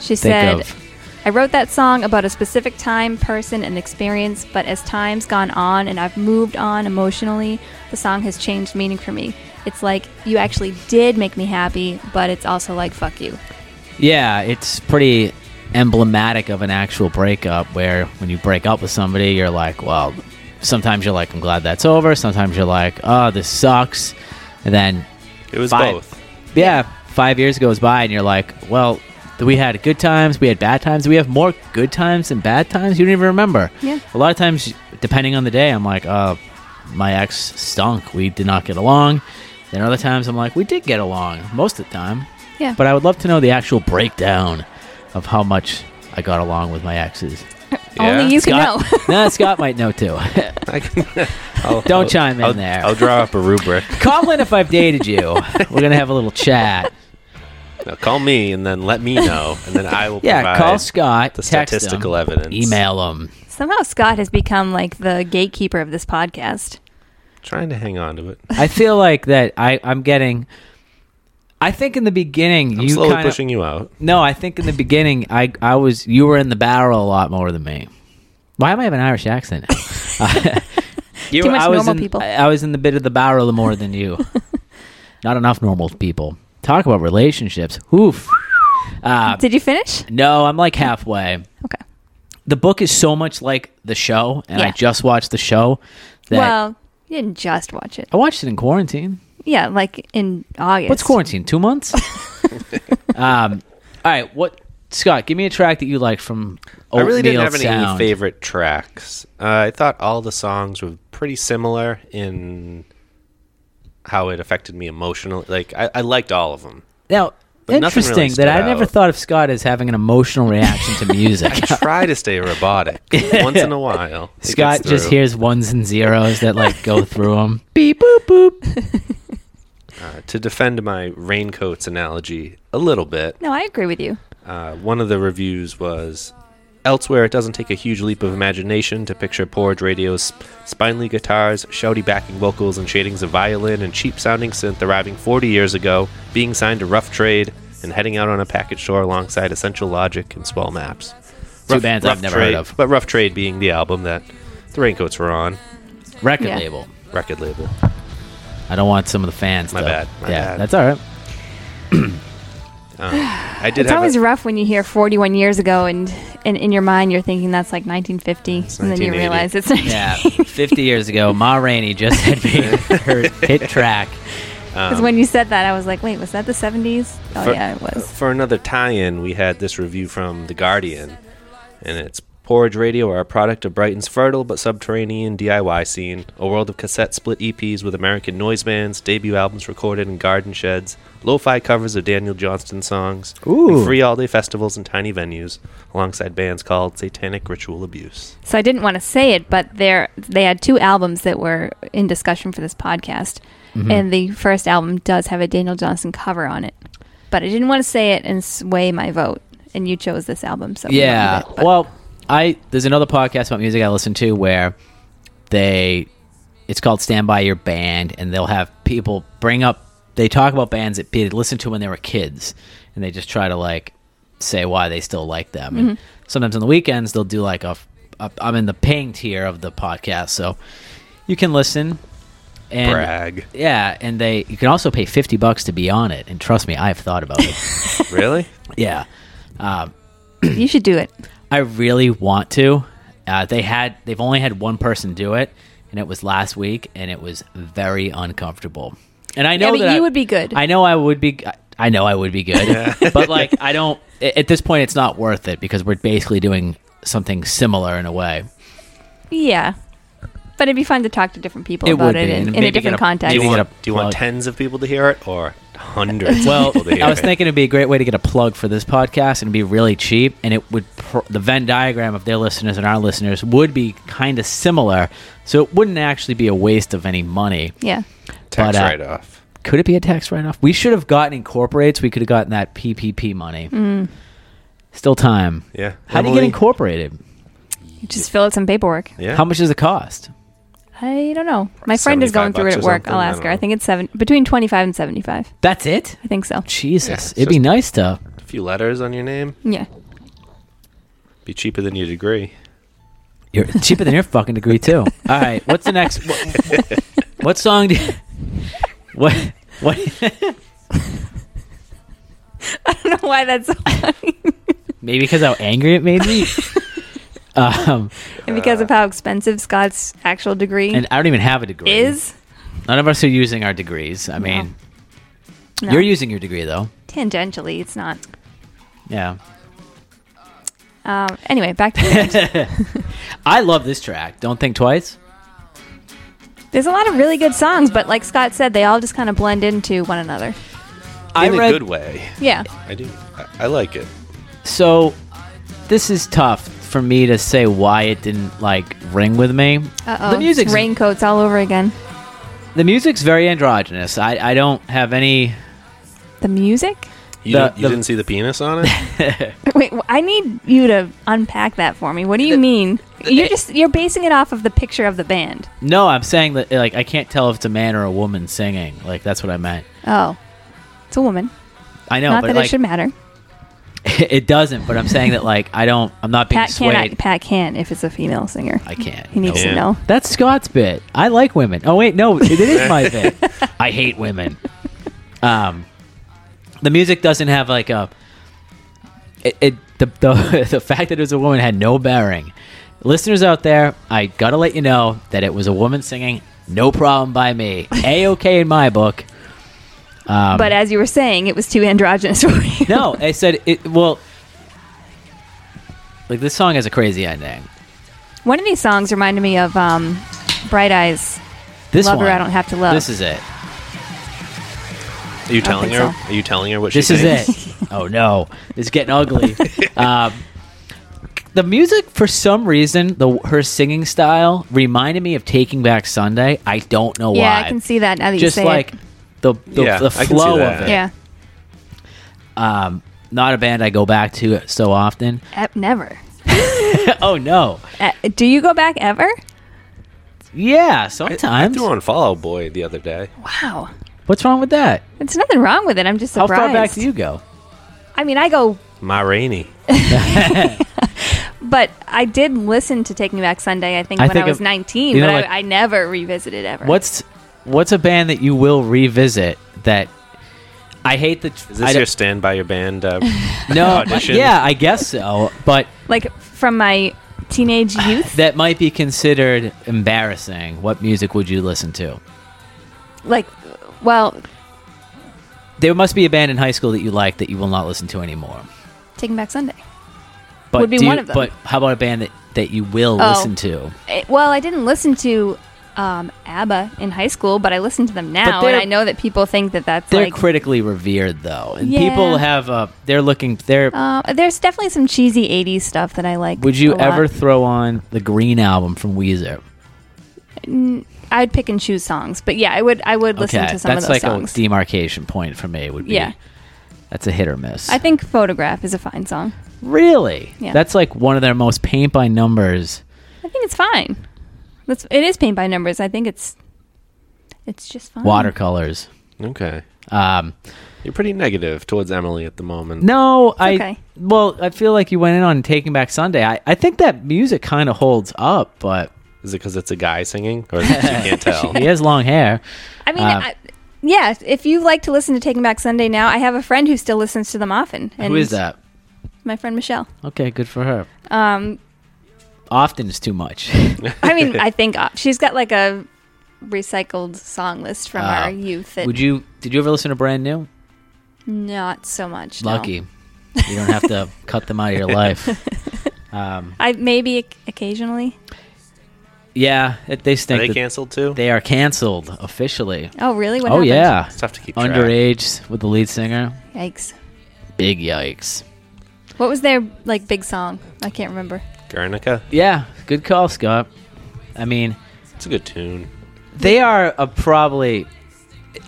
She
think
said,
of.
I wrote that song about a specific time, person, and experience, but as time's gone on and I've moved on emotionally, the song has changed meaning for me. It's like, you actually did make me happy, but it's also like, fuck you.
Yeah, it's pretty emblematic of an actual breakup where when you break up with somebody, you're like, well, sometimes you're like, I'm glad that's over. Sometimes you're like, oh, this sucks. And then,
It was
Fine.
both.
yeah, five years goes by and you're like, well, we had good times, we had bad times, we have more good times than bad times. You don't even remember.
Yeah.
A lot of times, depending on the day, I'm like, uh, my ex stunk. We did not get along. Then other times, I'm like, we did get along most of the time.
Yeah.
But I would love to know the actual breakdown of how much I got along with my exes.
Only you
Scott,
can know.
nah, Scott might know too.
I can, I'll,
Don't
I'll-
chime in
I'll-
there.
I'll draw up a rubric.
Call in if I've dated you. We're gonna have a little chat.
Now call me and then let me know, and then I will
Yeah,
provide
call Scott.
the
text him,
statistical evidence.
Email him.
Somehow Scott has become like the gatekeeper of this podcast.
Trying to hang on to it.
I feel like that. I I'm getting. I think in the beginning
I'm
you
slowly
kind of
pushing you out.
no. I think in the beginning I I was you were in the barrel a lot more than me. Why am I have an Irish accent? you,
Too much
I was
normal
in,
people.
I, I was in the bit of the barrel more than you. Not enough normal people. Talk about relationships. Oof. Uh,
Did you finish?
no, I'm like halfway.
Okay.
The book is so much like the show, and I
Yeah.
just watched the show. That
well, you didn't just watch it.
I watched it in quarantine.
Yeah, like in August.
What's quarantine? Two months. um, all right. What Scott? Give me a track that you like from.
I really didn't
Oatmeal
have any
Sound.
favorite tracks. Uh, I thought all the songs were pretty similar in how it affected me emotionally. Like I, I liked all of them.
Now,
But nothing
interesting
really
that I
stood
never
out.
thought of Scott as having an emotional reaction to music.
I try to stay robotic once in a while. It gets
Scott just
through.
hears ones and zeros that like go through him. Beep boop boop.
Uh, to defend my raincoats analogy a little bit.
No, I agree with you.
Uh, one of the reviews was elsewhere it doesn't take a huge leap of imagination to picture porridge radios spindly guitars shouty backing vocals and shadings of violin and cheap sounding synth arriving 40 years ago being signed to rough trade and heading out on a package store alongside essential logic and swell maps
Two bands I've never heard
Trade-
of.
but rough trade being the album that the raincoats were on
Record
Yeah.
label.
record label
I don't want some of the fans.
My
to-
bad, my
yeah,
bad.
that's all right.
i did
It's
have
always
a,
rough when you hear 41 years ago and, and in your mind you're thinking that's like 1950 and then you
1980.
realize it's 19.
Yeah, 50 years ago, Ma Rainey just had made her hit track.
Because when you said that, I was like, wait, was that the 70s? Oh,
For-
yeah, it was.
For another tie-in, we had this review from The Guardian, and it's Porridge Radio are a product of Brighton's fertile but subterranean DIY scene, a world of cassette split EPs with American noise bands, debut albums recorded in garden sheds, lo-fi covers of Daniel Johnston songs,
Ooh.
and free all-day festivals and tiny venues, alongside bands called Satanic Ritual Abuse.
So I didn't want to say it, but there they had two albums that were in discussion for this podcast, and the first album does have a Daniel Johnson cover on it. But I didn't want to say it and sway my vote, and you chose this album, so we went with
Yeah.
it, but-
well, I there's another podcast about music I listen to where they it's called Stand by Your Band and they'll have people bring up they talk about bands that they listened to when they were kids and they just try to like say why they still like them.
Mm-hmm.
And sometimes on the weekends they'll do like a f- a I'm in the paying tier of the podcast, so you can listen and
Brag.
yeah, and they you can also pay 50 bucks to be on it and trust me, I've thought about it.
really?
yeah.
you should do it.
I really want to. Uh, they had they've only had one person do it, and it was last week, and it was very uncomfortable. And I know
but
that
you
I-
would be good.
I know I would be. I- I know I would be good, but like I don't. a- At this point, it's not worth it because we're basically doing something similar in a way.
Yeah. But it'd be fun to talk to different people
It would
about it
be,
in,
and
in
maybe
a different
get a-
context.
Do you,
Maybe
want,
get a
do you want
plug.
tens of people to hear it or hundreds?
Well,
of people to hear
I was
it?
thinking it'd be a great way to get a plug for this podcast and it'd be really cheap. And it would, pr- the Venn diagram of their listeners and our listeners would be kind of similar. So it wouldn't actually be a waste of any money.
yeah.
tax
but, uh,
write off.
Could it be a tax write off? We should have gotten incorporates. We could have gotten that PPP money.
Mm.
Still time.
Yeah.
How do you get
Emily?
incorporated?
Just fill out some paperwork.
Yeah.
How much does it cost?
I don't know. My friend is
75
going through it
bucks
at
or
work. I'll
something, I
ask
don't
her. I
know.
think it's seven between twenty five and seventy five.
That's it?
I think so.
Jesus.
Yeah, it's
it'd be
just-
nice to.
A few letters on your name.
Yeah.
Be cheaper than your degree.
You're cheaper than your fucking degree too. All right, what's the next? What, what song do? You, what what?
I don't know why that's so funny.
Maybe because how angry it made me. Um,
and because of how expensive Scott's actual degree
and I don't even have a degree.
is.
none of us are using our degrees. I mean,
No.
you're using your degree though.
tangentially, it's not.
Yeah.
Um, anyway, back to the band.
I love this track. Don't think twice.
There's a lot of really good songs, but like Scott said, they all just kind of blend into one another.
I
Uh, In a
read
good way.
Yeah.
I do. I, I like it.
so. This is tough for me to say why it didn't like ring with me.
Uh oh.
The music's
raincoats all over again.
the music's very androgynous. I, I don't have any
The music?
You,
The-
didn't, you
the-
didn't see the penis on it?
Wait, wh- I need you to unpack that for me. What do you mean? You're just you're basing it off of the picture of the band.
No, I'm saying that like I can't tell if it's a man or a woman singing. Like that's what I meant.
Oh, it's a woman.
I know,
Not
but
that
like
it should matter.
it doesn't. But I'm saying that like I don't. I'm not being
Pat
swayed.
cannot. Pat can if it's a female singer.
I can't.
He needs
No.
to
Yeah.
know.
That's Scott's bit. I like women. Oh wait, no, it is my bit. I hate women. Um, the music doesn't have like a. It, it the the the fact that it was a woman had no bearing. Listeners out there, I gotta let you know that it was a woman singing. No problem by me. A okay in my book. Um,
But as you were saying, it was too androgynous for you.
No, I said it. Well, like this song has a crazy ending.
One of these songs reminded me of um, Bright Eyes.
This
Love
one,
her, I don't have to love.
This is it.
Are you telling
think
her?
so.
Are you telling her what
This
she
is
thinks?
it. oh no, it's getting ugly. um, the music, for some reason, the her singing style reminded me of Taking Back Sunday. I don't know
Yeah,
why.
I can see that now that
Just
you say
like
it.
the the,
Yeah,
the
I can see
flow of
that.
it.
Yeah,
Um, not a band I go back to so often.
E- never.
oh no.
Uh, do you go back ever?
Yeah,
I, I
sometimes.
threw on Follow Boy the other day.
Wow,
What's wrong with that?
it's nothing wrong with it. I'm just surprised.
How far back do you go?
I mean, I go
Ma Rainey.
But I did listen to Taking Back Sunday. I think
I
when
think
I was
of-
nineteen,
you know,
but
like-
I, I never revisited ever.
What's what's a band that you will revisit that I hate the
Is this your stand by your band? Uh,
no
audition?
yeah I guess so but
like from my teenage youth?
Ah, that might be considered embarrassing what music would you listen to
like, well,
there must be a band in high school that you liked that you will not listen to anymore
Taking Back Sunday.
but
Would be
do you-
one of them.
but how about a band that that you will
Oh.
listen to
Eh, well, I didn't listen to um, ABBA in high school, but I listen to them now, and
they're-
I know that people think that that's
they're
like.
critically revered though and
Yeah.
people have uh they're looking they're
Uh, there's definitely some cheesy '80s stuff that I like.
would you
a lot.
ever throw on the green album from Weezer
I'd pick and choose songs, but yeah, I would. I would listen
okay
to some
that's
of those
like
songs.
a demarcation point for me would be
Yeah.
that's a hit or miss
I think "Photograph" is a fine song.
Really?
Yeah.
That's like one of their most paint by numbers.
I think it's fine. That's it is paint by numbers. I think it's it's just fine.
Watercolors.
okay.
Um,
You're pretty negative towards Emily at the moment.
no, I.
okay.
Well, I feel like you went in on Taking Back Sunday. I, I think that music kind of holds up, but
Is it because it's a guy singing, or is it 'cause you can't
Oh.
tell?
he has long hair.
I mean,
Uh,
I, yeah. If you like to listen to Taking Back Sunday now, I have a friend who still listens to them often. And
Who is that?
My friend Michelle.
Okay, good for her.
Um,
Often is too much.
I mean, I think uh, she's got like a recycled song list from
Ah.
our youth. That
Would you? Did you ever listen to Brand New?
Not so much. no.
Lucky. You don't have to cut them out of your life. Um,
I maybe oc- occasionally.
yeah, it, they stink.
Are they
that
canceled too?
they are canceled officially.
Oh, really? What
oh
happened?
yeah,
it's tough to keep track.
underage with the lead singer.
Yikes.
Big yikes.
What was their like big song? I can't remember.
Guernica.
Yeah, good call, Scott. I mean,
It's a good tune.
they are a probably.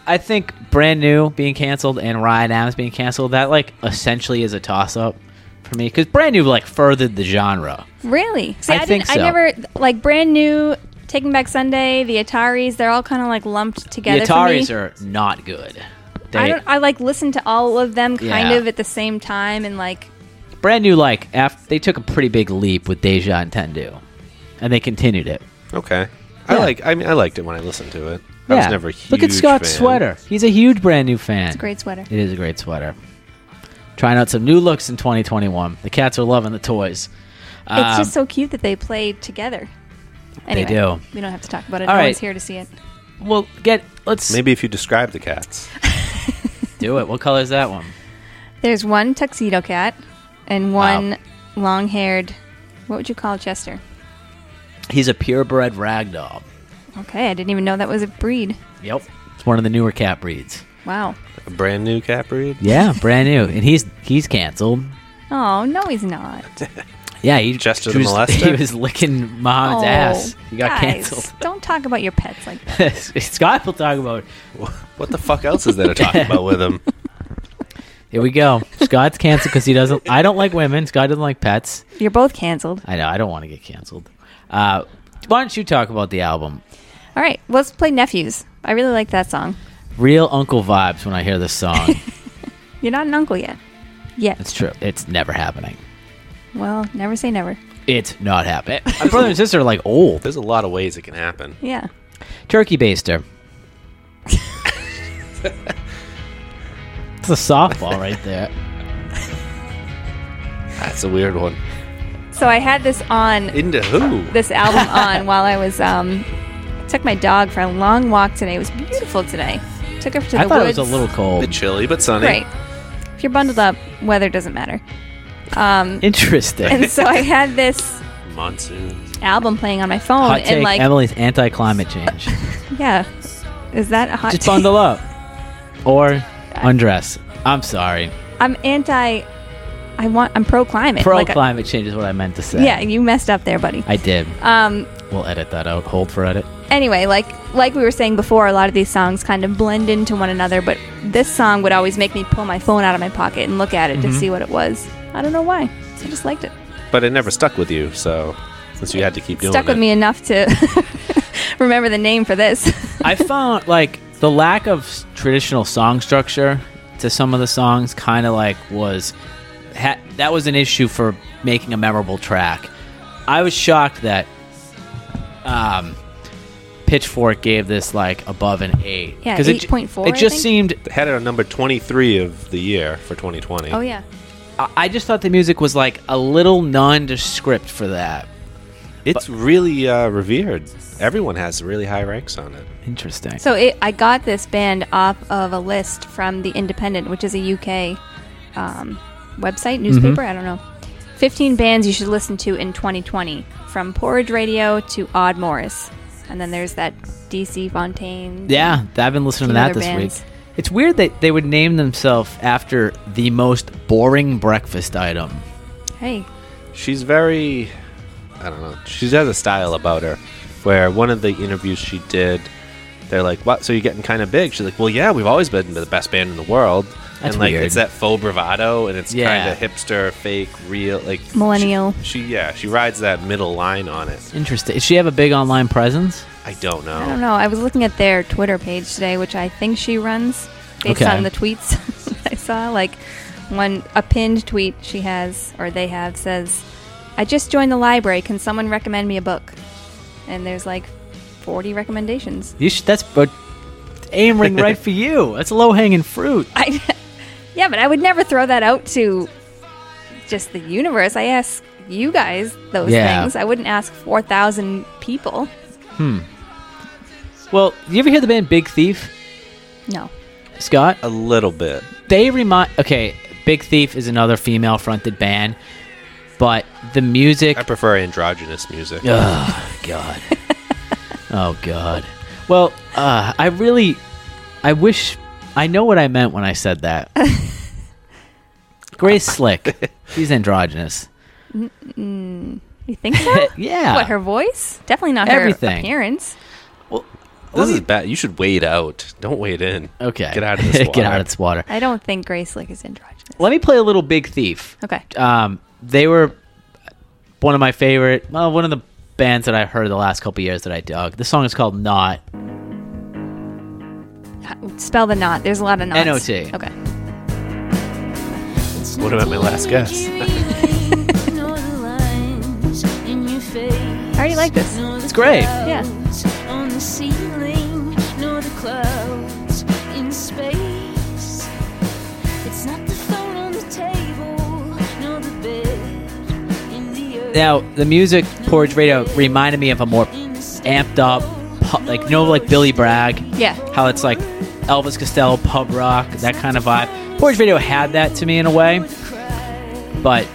I think brand new being canceled and Ryan Adams being canceled that like essentially is a toss up for me because brand new like furthered the genre.
Really? See,
I
I,
think
didn't.
so.
I never like brand new Taking Back Sunday. The Ataris. They're all kind of like lumped together.
the
for
Ataris
me.
are not good. They,
I don't. I like listen to all of them kind
Yeah.
of at the same time and like.
brand new like after they took a pretty big leap with Deja and Tendu, and they continued it.
Okay. I
Yeah.
like. I mean, I liked it when I listened to it. I was never a huge.
Look at Scott's
fan.
sweater. He's a huge brand new fan.
It's a great sweater.
It is a great sweater. Trying out some new looks in 2021. The cats are loving the toys. Um,
it's just so cute that they play together. Anyway,
do.
We don't have to talk about it.
All
no
right.
one's here to see it.
Um, Well, get let's
Maybe if you describe the cats.
do it. What color is that one?
There's one tuxedo cat and
Wow.
one long-haired. What would you call Chester?
He's a purebred ragdoll.
Okay, I didn't even know that was a breed.
Yep, it's one of the newer cat breeds.
Wow.
A brand new cat breed.
Yeah, brand new, and he's he's canceled.
Oh no, he's not.
Yeah, he
Chester
he
the
was-
molester?
He was licking Muhammad's
oh,
ass. He got
guys,
canceled.
Don't talk about your pets like that.
Scott will talk about.
What the fuck else is there to talk about with him?
Here we go. Scott's canceled because he doesn't. I don't like women. Scott doesn't like pets.
You're both canceled.
I know. I don't want to get canceled. Uh, why don't you talk about the album?
All right, let's play nephews. I really like that song.
Real uncle vibes when I hear this song.
You're not an uncle yet. Yet.
it's true. It's never happening.
Well, never say never.
It's not happening. My brother and sister are like old.
There's a lot of ways it can happen.
Yeah.
Turkey baster. it's a softball right there.
That's a weird one.
So I had this on
Into who?
this album on while I was um took my dog for a long walk today. It was beautiful today. Took her to the
I thought it
woods.
was a little
A bit
cold.
chilly, but sunny.
great. If you're bundled up, weather doesn't matter. Um,
Interesting.
and so I had this
Monsoon.
album playing on my phone,
Hot
and
take.
like,
Emily's anti-climate change.
yeah, is that a hot?
Just
take?
bundle up or undress. I'm sorry.
I'm anti. I want. I'm pro climate.
Pro climate change is what I meant to say.
yeah, you messed up there, buddy.
I did.
Um.
We'll edit that out. Hold for edit.
Anyway, like like we were saying before, a lot of these songs kind of blend into one another, but this song would always make me pull my phone out of my pocket and look at it to see what it was. I don't know why. I just liked it.
But it never stuck with you, so since you had to keep doing
Stuck
it.
with me enough to remember the name for this.
I found like the lack of s- traditional song structure to some of the songs kind of like was ha- that was an issue for making a memorable track. I was shocked that um, Pitchfork gave this like above an eight.
Yeah,
'Cause it ju-
8.4,
It
I
just
think.
seemed.
They had it on number 23 of the year for 2020.
oh yeah.
I I just thought the music was like a little nondescript for that.
It's really uh, revered. Everyone has really high ranks on it.
Interesting.
So it, I got this band off of a list from The Independent, which is a UK um, website, newspaper, I don't know. 15 bands you should listen to in 2020, from Porridge Radio to Odd Morris. And then there's that DC Fontaine.
Yeah, th- I've been listening to
Few
that
other
this
bands.
week. It's weird that they would name themselves after the most boring breakfast item.
Hey,
She's very, I don't know, she has a style about her where one of the interviews she did, they're like, what? So you're getting kind of big? She's like, well, yeah, we've always been the best band in the world.
That's
and like,
weird.
it's that faux bravado and it's
Yeah.
kind of hipster, fake, real, like
Millennial.
She, she, yeah, she rides that middle line on it.
Interesting. Does she have a big online presence?
I don't know.
I don't know. I was looking at their Twitter page today, which I think she runs based
Okay.
on the tweets I saw. Like one a pinned tweet she has or they have says, "I just joined the library. Can someone recommend me a book?" And there's like 40 recommendations.
You should, that's but aim ring right for you. That's low hanging fruit.
I yeah, but I would never throw that out to just the universe. I ask you guys those
Yeah.
things. I wouldn't ask 4,000 people.
Well, you ever hear the band Big Thief,
No.
Scott?
A little bit.
They remind. Okay, Big Thief is another female fronted band. But the music.
I prefer androgynous music.
Oh God. oh God. Well, uh, I really, I wish I know what I meant when I said that. Grace Slick, she's androgynous.
You think so?
Yeah.
What her voice? Definitely not her
Everything.
appearance.
This is bad. You should wade out. Don't wade in.
Okay.
Get out of this.
Get out
water.
of this water.
I don't think Grace Slick is androgynous.
Let me play a little Big Thief.
Okay.
Um, they were one of my favorite. Well, one of the bands that I heard the last couple years that I dug. This song is called "Not."
Spell the knot. There's a lot of knots.
NOT.
Okay.
What about my last guess?
I already like this.
It's great.
Yeah.
On the ceiling, nor the clouds in space. It's not the phone on the table, nor the bed in the earth.
Now, the music Porridge Radio reminded me of a more amped up, pu- like you know, like Billy Bragg.
Yeah.
How it's like Elvis Costello pub rock, that kind of vibe. Porridge Radio had that to me in a way, but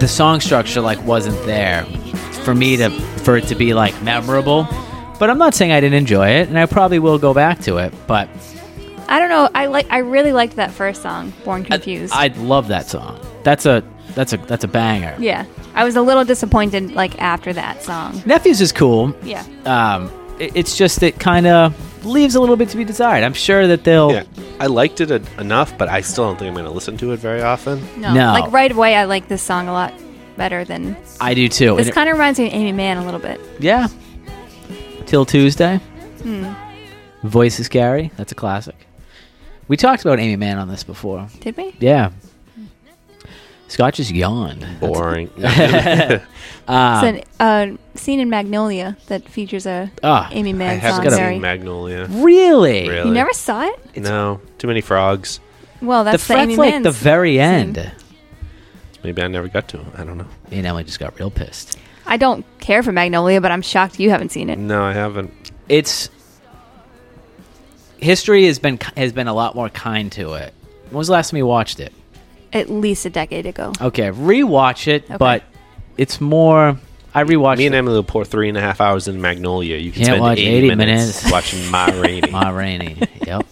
the song structure like wasn't there for me to for it to be like memorable. But I'm not saying I didn't enjoy it, and I probably will go back to it. But
I don't know. I like. I really liked that first song, Born Confused.
I, I love that song. That's a that's a that's a banger.
yeah. I was a little disappointed, like after that song.
Nephews is cool.
Yeah.
um, it, it's just it kind of leaves a little bit to be desired. I'm sure that they'll.
Yeah. I liked it en- enough, but I still don't think I'm going to listen to it very often.
No.
No.
Like right away, I like this song a lot better than.
I do too. And
This
it-
kind of reminds me of Amy Mann a little bit.
yeah. Till Tuesday.
Hmm.
Voices Gary. That's a classic. We talked about Amy Mann on this before.
Did we?
Yeah. Scott just yawned. That's-
Boring.
it's a uh, scene in Magnolia that features a
Ah,
Amy
I
Mann song.
haven't
gotta-
seen
Very.
Magnolia.
Really?
Really?
you never saw it?
no. Too many frogs.
Well,
The
that's the, Amy
that's like
Mann's
the very
scene.
end.
Maybe I never got to 'em. I don't know.
Me and Emily just got real pissed.
I don't care for Magnolia, but I'm shocked you haven't seen it.
No, I haven't.
It's history has been has been a lot more kind to it. When was the last time you watched it?
At least a decade ago.
Okay, rewatch it,
Okay.
but it's more. I rewatched
Me and
it.
Emily will pour three and a half hours in Magnolia. You can
Can't
spend
watch
80,
80
minutes,
minutes.
watching Ma Rainey.
Ma Rainey. Yep.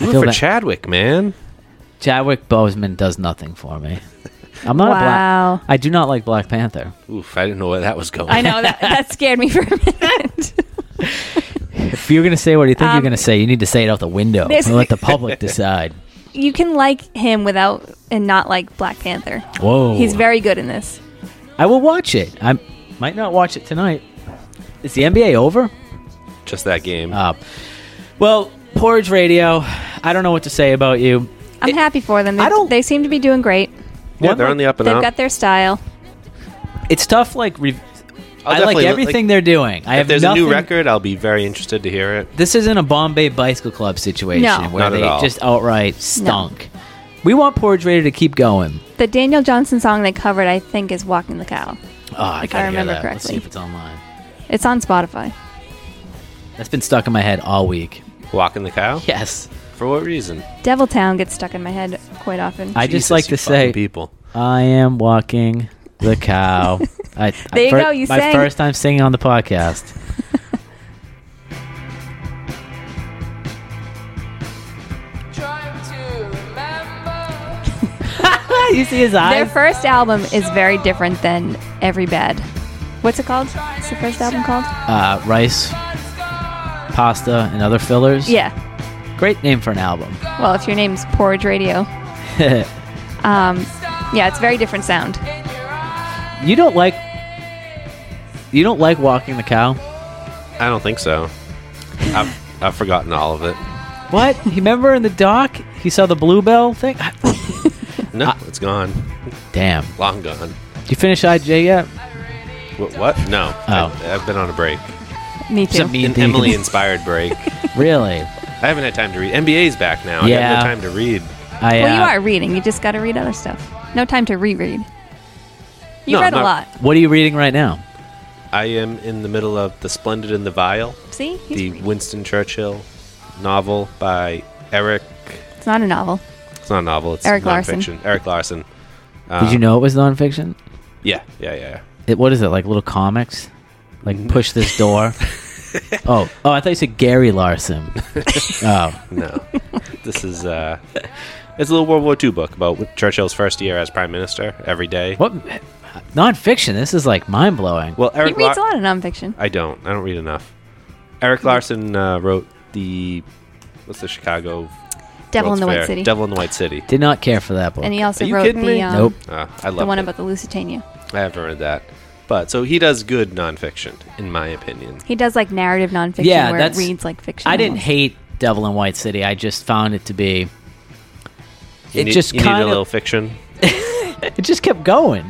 I
Do it
feel
for
that-
Chadwick, man.
Chadwick Boseman does nothing for me. I'm not a
Wow.
black. I do not like Black Panther.
Oof, I didn't know where that was going.
I know that that scared me for a minute.
If you're gonna say what you think you're
Um,
gonna say, you need to say it out the window
This-
and let the public decide.
you can like him without and not like Black Panther.
Whoa.
He's very good in this.
I will watch it. I might not watch it tonight. Is the NBA over?
Just that game.
Uh, well, Porridge Radio. I don't know what to say about you.
I'm
It-
happy for them. They,
I don't-
they seem to be doing great.
yeah,
one,
they're
like,
on the up and
They've
up.
got their style.
It's tough. Like re-
I'll
I like
definitely look-
everything they're doing. I
If
have
there's
nothing,
a new record, I'll be very interested to hear it.
This isn't a Bombay Bicycle Club situation
No.
where
Not at
they
all.
just outright stunk. We want Porridge Radio to keep going.
The Daniel Johnson song they covered, I think, is "Walking the Cow."
Oh, I
If
gotta
I remember
hear that. Let's see
correctly.
if it's online.
It's on Spotify.
That's been stuck in my head all week.
Walking the cow?
Yes,
For what reason?
Devil Town gets stuck in my head quite often.
I
Jesus,
just like
you
to
fucking
say
people.
I am walking the cow. I,
There you
fir-
go, you
my
sang.
first time singing on the podcast. you see his
Their
eyes.
first album is very different than Every Bad. What's it called? Is the first album called?
uh, rice, pasta, and other fillers.
Yeah.
Great name for an album.
Well, if your name's Porridge Radio. Um, yeah, it's a very different sound.
you don't like you don't like walking the cow.
I don't think so. I've, I've forgotten all of it.
What? You remember in the dock he saw the bluebell thing?
No, it's gone.
Damn.
Long gone.
Did you finish IJ yet?
What? what? No. I,
Oh.
have been on a break.
Me
It's a
too.
mean
An
thing.
Emily inspired break.
Really?
I haven't had time to read. NBA's back now. I
Yeah.
have no time to read.
I,
Well, you
uh,
are reading. You just got to read other stuff. No time to reread. You
No,
read
I'm
a
not-
lot.
What are you reading right now?
I am in the middle of The Splendid and the Vile,
See, He's
the
reading.
Winston Churchill novel by Eric.
it's not a novel.
It's not a novel. It's
Eric
nonfiction.
Larson.
Eric Larson.
Did you know it was nonfiction?
Yeah, yeah, yeah.
It, what is it like? Little comics, like push this door. oh, oh, I thought you said Gary Larson. oh,
No, this is uh, it's a little World War II book about Churchill's first year as prime minister. Every day.
what nonfiction? This is like mind blowing.
Well,
He
Eric.
reads a
Lar-
lot of nonfiction.
I don't. I don't read enough.
Mm-hmm.
Eric Larson uh, wrote the what's the Chicago
Devil
World's
in the
Fair?
White City.
Devil in the White City.
Did not care for that book.
And he also
Are you
wrote
kidding me?
the, um,
Nope.
Uh, I love
the one
it.
about the Lusitania.
I haven't read that. But so he does good nonfiction, in my opinion.
He does like narrative nonfiction
Yeah,
where it
that's-
reads like fiction.
I didn't
almost.
hate Devil in White City. I just found it to be.
You
It
need-
just
you need
kind
a
of
little fiction.
it just kept going.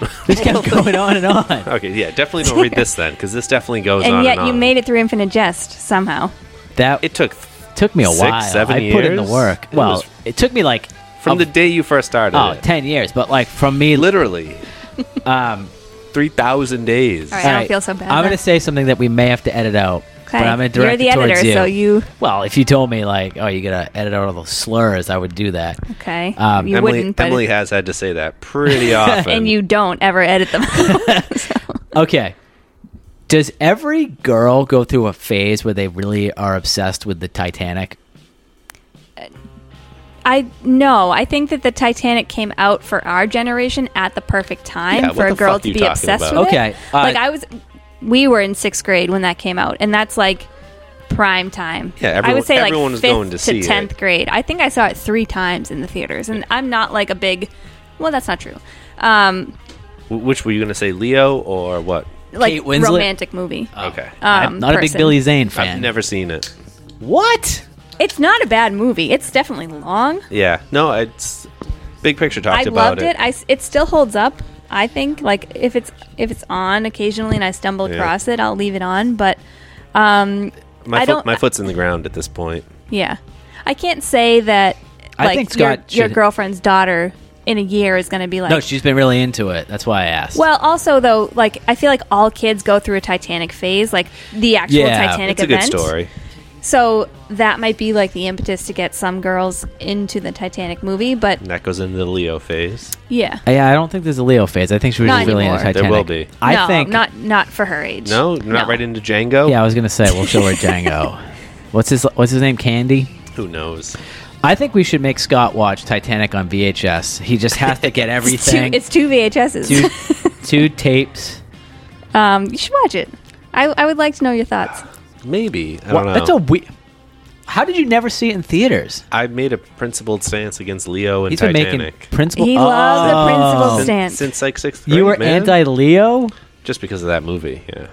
It just kept going on and on.
Okay, yeah, definitely don't read this then, because this definitely goes on
And yet
and
you
on.
made it through Infinite Jest somehow.
That
It took
took me a
six,
while.
seven
I put in the
years?
work.
It
well,
was-
it took me like
from
a-
the day you first started.
oh,
it,
10 years, but like from me
literally
um
three thousand days.
All right. I don't feel so bad
I'm going
then.
to say something that we may have to edit out.
Okay.
But I'm going to direct
You're the
it towards
editor,
you.
so you
Well, if you told me like, oh, you got to edit out all those slurs, I would do that.
okay.
Um,
you
Emily,
wouldn't. but-
Emily has had to say that pretty often.
and you don't ever edit them. So-
Okay. Does every girl go through a phase where they really are obsessed with the Titanic?
I no. I think that the Titanic came out for our generation at the perfect time
Yeah, what
for a
the
girl
fuck
to
you
be
talking
obsessed
about?
with. it.
Okay, uh,
like I was, we were in sixth grade when that came out, and that's like prime time.
Yeah,
I
everyone-
would say like
everyone was
fifth
going to see it.
tenth grade. I think I saw it three times in the theaters, and I'm not like a big. Well, that's not true. Um,
Wh- Which were you going to say, Leo or what?
like
Kate Winslet? Uh,
romantic movie.
okay,
I'm
Um,
not a big
person.
Billy Zane fan.
I've never seen it.
What?
It's not a bad movie. It's definitely long.
Yeah, no, it's big picture
I
talked about
loved it. I s it still holds up. I think like if it's if it's on occasionally and I stumble
Yeah.
across it, I'll leave it on. But um,
my
I
foot,
don't-
my foot's in the ground at this point.
yeah, I can't say that.
I
Like
think
your,
Scott
your
should-
girlfriend's daughter in a year is going to be like.
No, she's been really into it. That's why I asked.
well, also though, like I feel like all kids go through a Titanic phase, like the actual
Yeah,
Titanic
It's a good
event.
story.
So that might be like the impetus to get some girls into the Titanic movie, but
And that goes into the Leo phase.
yeah,
yeah, I don't think there's a Leo phase. I think she was
Not
just really into
anymore.
Titanic.
There will be.
I
no,
think
not not for her age.
No, not right into
Oh.
Django.
Yeah, I was gonna say we'll show her Django. What's his What's his name? Candy.
Who knows?
I think we should make Scott watch Titanic on VHS. He just has to get
It's two,
everything.
it's two VHSs.
two, two tapes.
Um, you should watch it. I, I would like to know your thoughts.
Maybe I
Wha-
don't know.
That's a we. How did you never see it in theaters?
I made a principled stance against Leo and
He's been making
Titanic.
principal.
He loves a principal
Oh.
stand.
since,
stance.
since like sixth grade.
You were
man.
anti Leo.
just because of that movie. Yeah,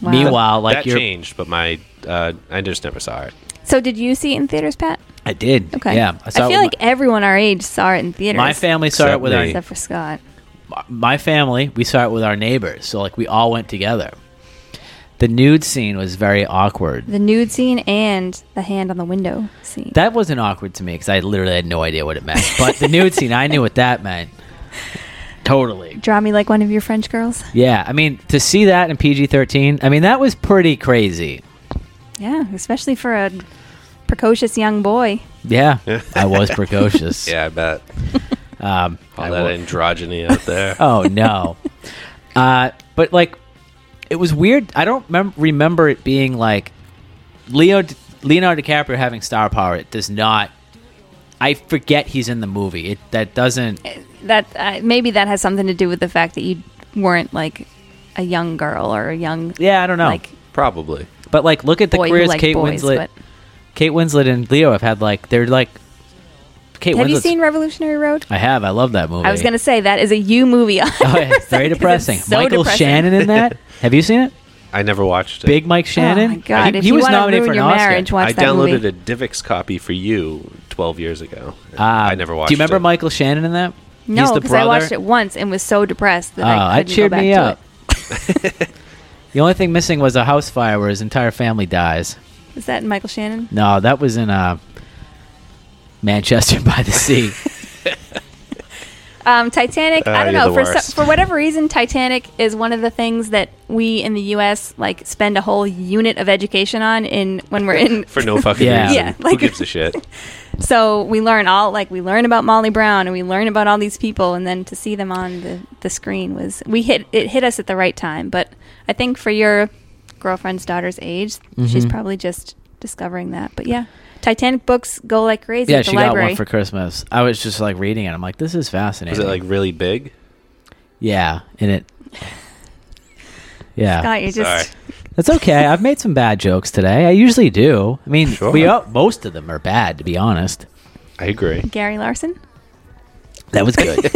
Wow.
Meanwhile, like
that
you're.
changed, but my uh, I just never saw it.
So did you see it in theaters, Pat?
I did.
Okay.
Yeah.
I,
saw it
feel
with
like everyone our age saw it in theaters.
my, my family saw
Except
it with
me.
our
Except for Scott.
my family, we saw it with our neighbors. So like we all went together. The nude scene was very awkward.
The nude scene and the hand on the window scene.
That wasn't awkward to me because I literally had no idea what it meant. But the nude scene, I knew what that meant. Totally.
Draw me like one of your French girls.
Yeah. I mean, to see that in PG 13, I mean, that was pretty crazy.
Yeah, especially for a precocious young boy.
Yeah. I was precocious.
Yeah, I bet
Um,
all
I
that
wa-
androgyny out there.
oh, no. uh, but like, it was weird. I don't mem- remember it being like Leo Leonardo DiCaprio having star power. It does not. I forget he's in the movie. It that doesn't.
That uh, maybe that has something to do with the fact that you weren't like a young girl or a young
Yeah, I don't know.
like
Probably.
but like, look at the
boy who
careers
liked
Kate
boys.
Winslet,
but-
Kate Winslet, and Leo have had. Like they're like. Kate
Have you
Winslet's-
seen Revolutionary Road?
I have. I love that movie.
I was going to say that is a you movie.
Oh, yeah, it's very depressing.
so
Michael
depressing.
Shannon in that. Have you seen it?
I never watched it.
Big Mike Shannon.
Oh my god!
He,
if
he
you
was
wanna
nominated for
ruin
an
your
Oscar.
marriage, watch
I
that
downloaded
movie.
a DivX copy for you 12 years ago.
Uh,
I never watched.
Do you remember
it.
Michael Shannon in that? He's
No,
the
because I
brother.
watched it once and was so depressed that
Oh,
I
that
couldn't
cheered
go back
me
to
up. The only thing missing was a house fire where his entire family dies.
it. Is that Michael Shannon?
No, that was in uh, Manchester by the Sea.
Um, Titanic.
Ah,
I don't
you're
know
the
for so,
worst.
for whatever reason, Titanic is one of the things that we in the U.S. like spend a whole unit of education on in when we're in.
for no fucking
Yeah.
reason.
Yeah, like-
Who gives a shit?
so we learn all like we learn about Molly Brown and we learn about all these people, and then to see them on the the screen was we hit it hit us at the right time. But I think for your girlfriend's daughter's age, she's
Mhm.
probably just discovering that. But yeah, Titanic books go like crazy.
yeah,
at the
she got
library.
one for Christmas. I was just like reading it. I'm like, this is
Was
fascinating.
it like really big?
yeah, and it. Yeah,
God, you just
Sorry.
that's okay. I've made some bad jokes today. I usually do. I mean,
Sure.
we all, most of them are bad, to be honest.
I agree.
Gary Larson.
That was good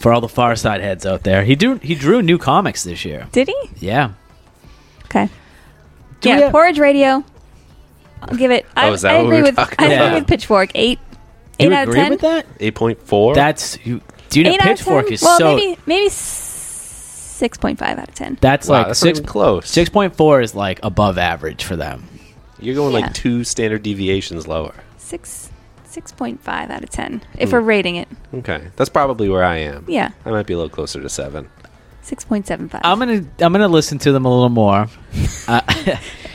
for all the Far Side heads out there. He drew he drew new comics this year.
Did he?
Yeah.
Okay.
Do
yeah,
we have-
Porridge Radio. I'll give it. I,
Oh, is that
I
what we
agree
were
with.
talking
I agree
about?
with Pitchfork. Eight.
You
Eight out of
agree
ten.
with that?
8.4?
That's you. Do you know
Eight out
Pitchfork
of
is
10? well,
so?
maybe maybe six point five out of ten.
that's
wow,
like
that's not
six
even close.
six point four is like above average for them.
You're going
Yeah.
like two standard deviations lower.
Six six point five out of ten. If
Hmm.
we're rating it,
Okay. That's probably where I am.
yeah,
I might be a little closer to seven.
six point seven five.
I'm gonna I'm gonna listen to them a little more. Uh,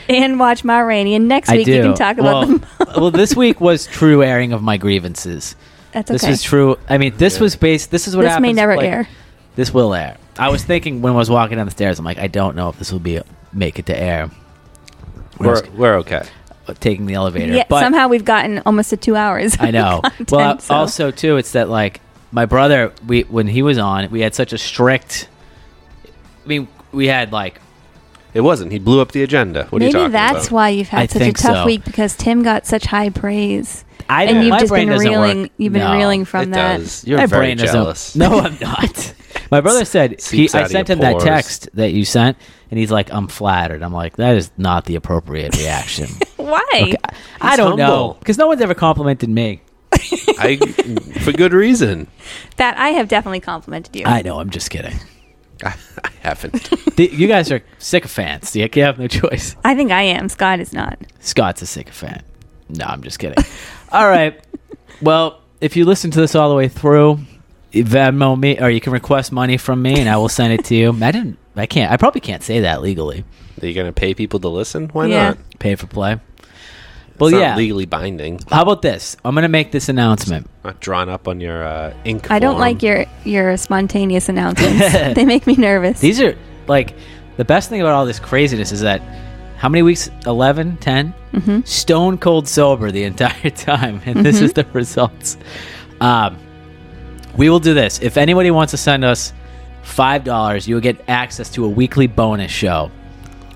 and watch Ma Rainey. And next
I
week
do.
you can talk
well,
about them.
well, this week was true airing of my grievances.
That's
This
okay.
was true. I mean, this was based. This is what
This
happens.
may never
like,
air.
This will air. I was thinking when I was walking down the stairs, I'm like, I don't know if this will be make it to air. When I
We're,
was
we're okay.
taking the elevator.
Yeah,
but
somehow we've gotten almost to two hours.
I know.
of content,
well,
so-
also too, it's that like my brother, we when he was on, we had such a strict. I mean, we had like
It wasn't. He blew up the agenda. What are you
Maybe
talking
that's
about?
why you've had
I
such a
think
tough
so.
week because Tim got such high praise,
I
and
don't-
you've
my
just
brain
been
doesn't
reeling.
work.
You've been
No.
reeling from
it
that.
does. You're
my
very
brain
jealous.
is a, no i'm not my brother said he,
Seeps out
i
of
sent
your
him that
pores.
text that you sent and he's like i'm flattered i'm like that is not the appropriate reaction
Why?
i don't know
humble.
because no one's ever complimented me
I, for good reason.
That I have definitely complimented you.
i know i'm just kidding
I, I haven't.
The- you guys are sycophants you you have no choice
I think I am. Scott is not.
scott's a sycophant no i'm just kidding all right well if you listen to this all the way through Venmo me, or you can request money from me, and I will send it to you. I didn't. I can't. I probably can't say that legally.
Are you going to pay people to listen? Why
Yeah.
not?
Pay for play. Well,
it's not
yeah.
legally binding.
How about this? I'm going to make this announcement.
Not drawn up on your uh, ink.
I don't
form.
like your your spontaneous announcements. they make me nervous.
These are like the best thing about all this craziness is that how many weeks? 11, 10? Stone cold sober the entire time. And this is the results. Um, we will do this. If anybody wants to send us $5, you will get access to a weekly bonus show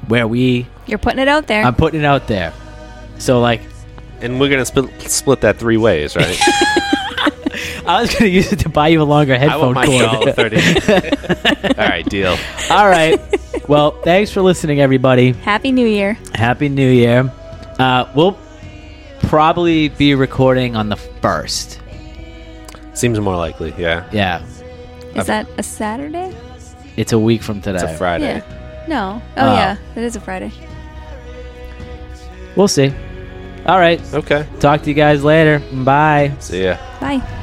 where we,
You're putting it out there.
I'm putting it out there. So, like,
And we're going to split, split that three ways, right?
I was going to use it to buy you a longer
I want
headphone
my
cord.
dollar thirty. All right, deal.
All right. Well, thanks for listening, everybody.
Happy New Year.
Happy New Year. Uh, we'll probably be recording on the first.
Seems more likely. Yeah,
Yeah,
Is that a Saturday?
it's a week from today.
it's a Friday.
Yeah. No. Oh,
Oh.
yeah. It is a Friday.
We'll see. All right.
Okay.
Talk to you guys later. Bye.
See ya.
Bye.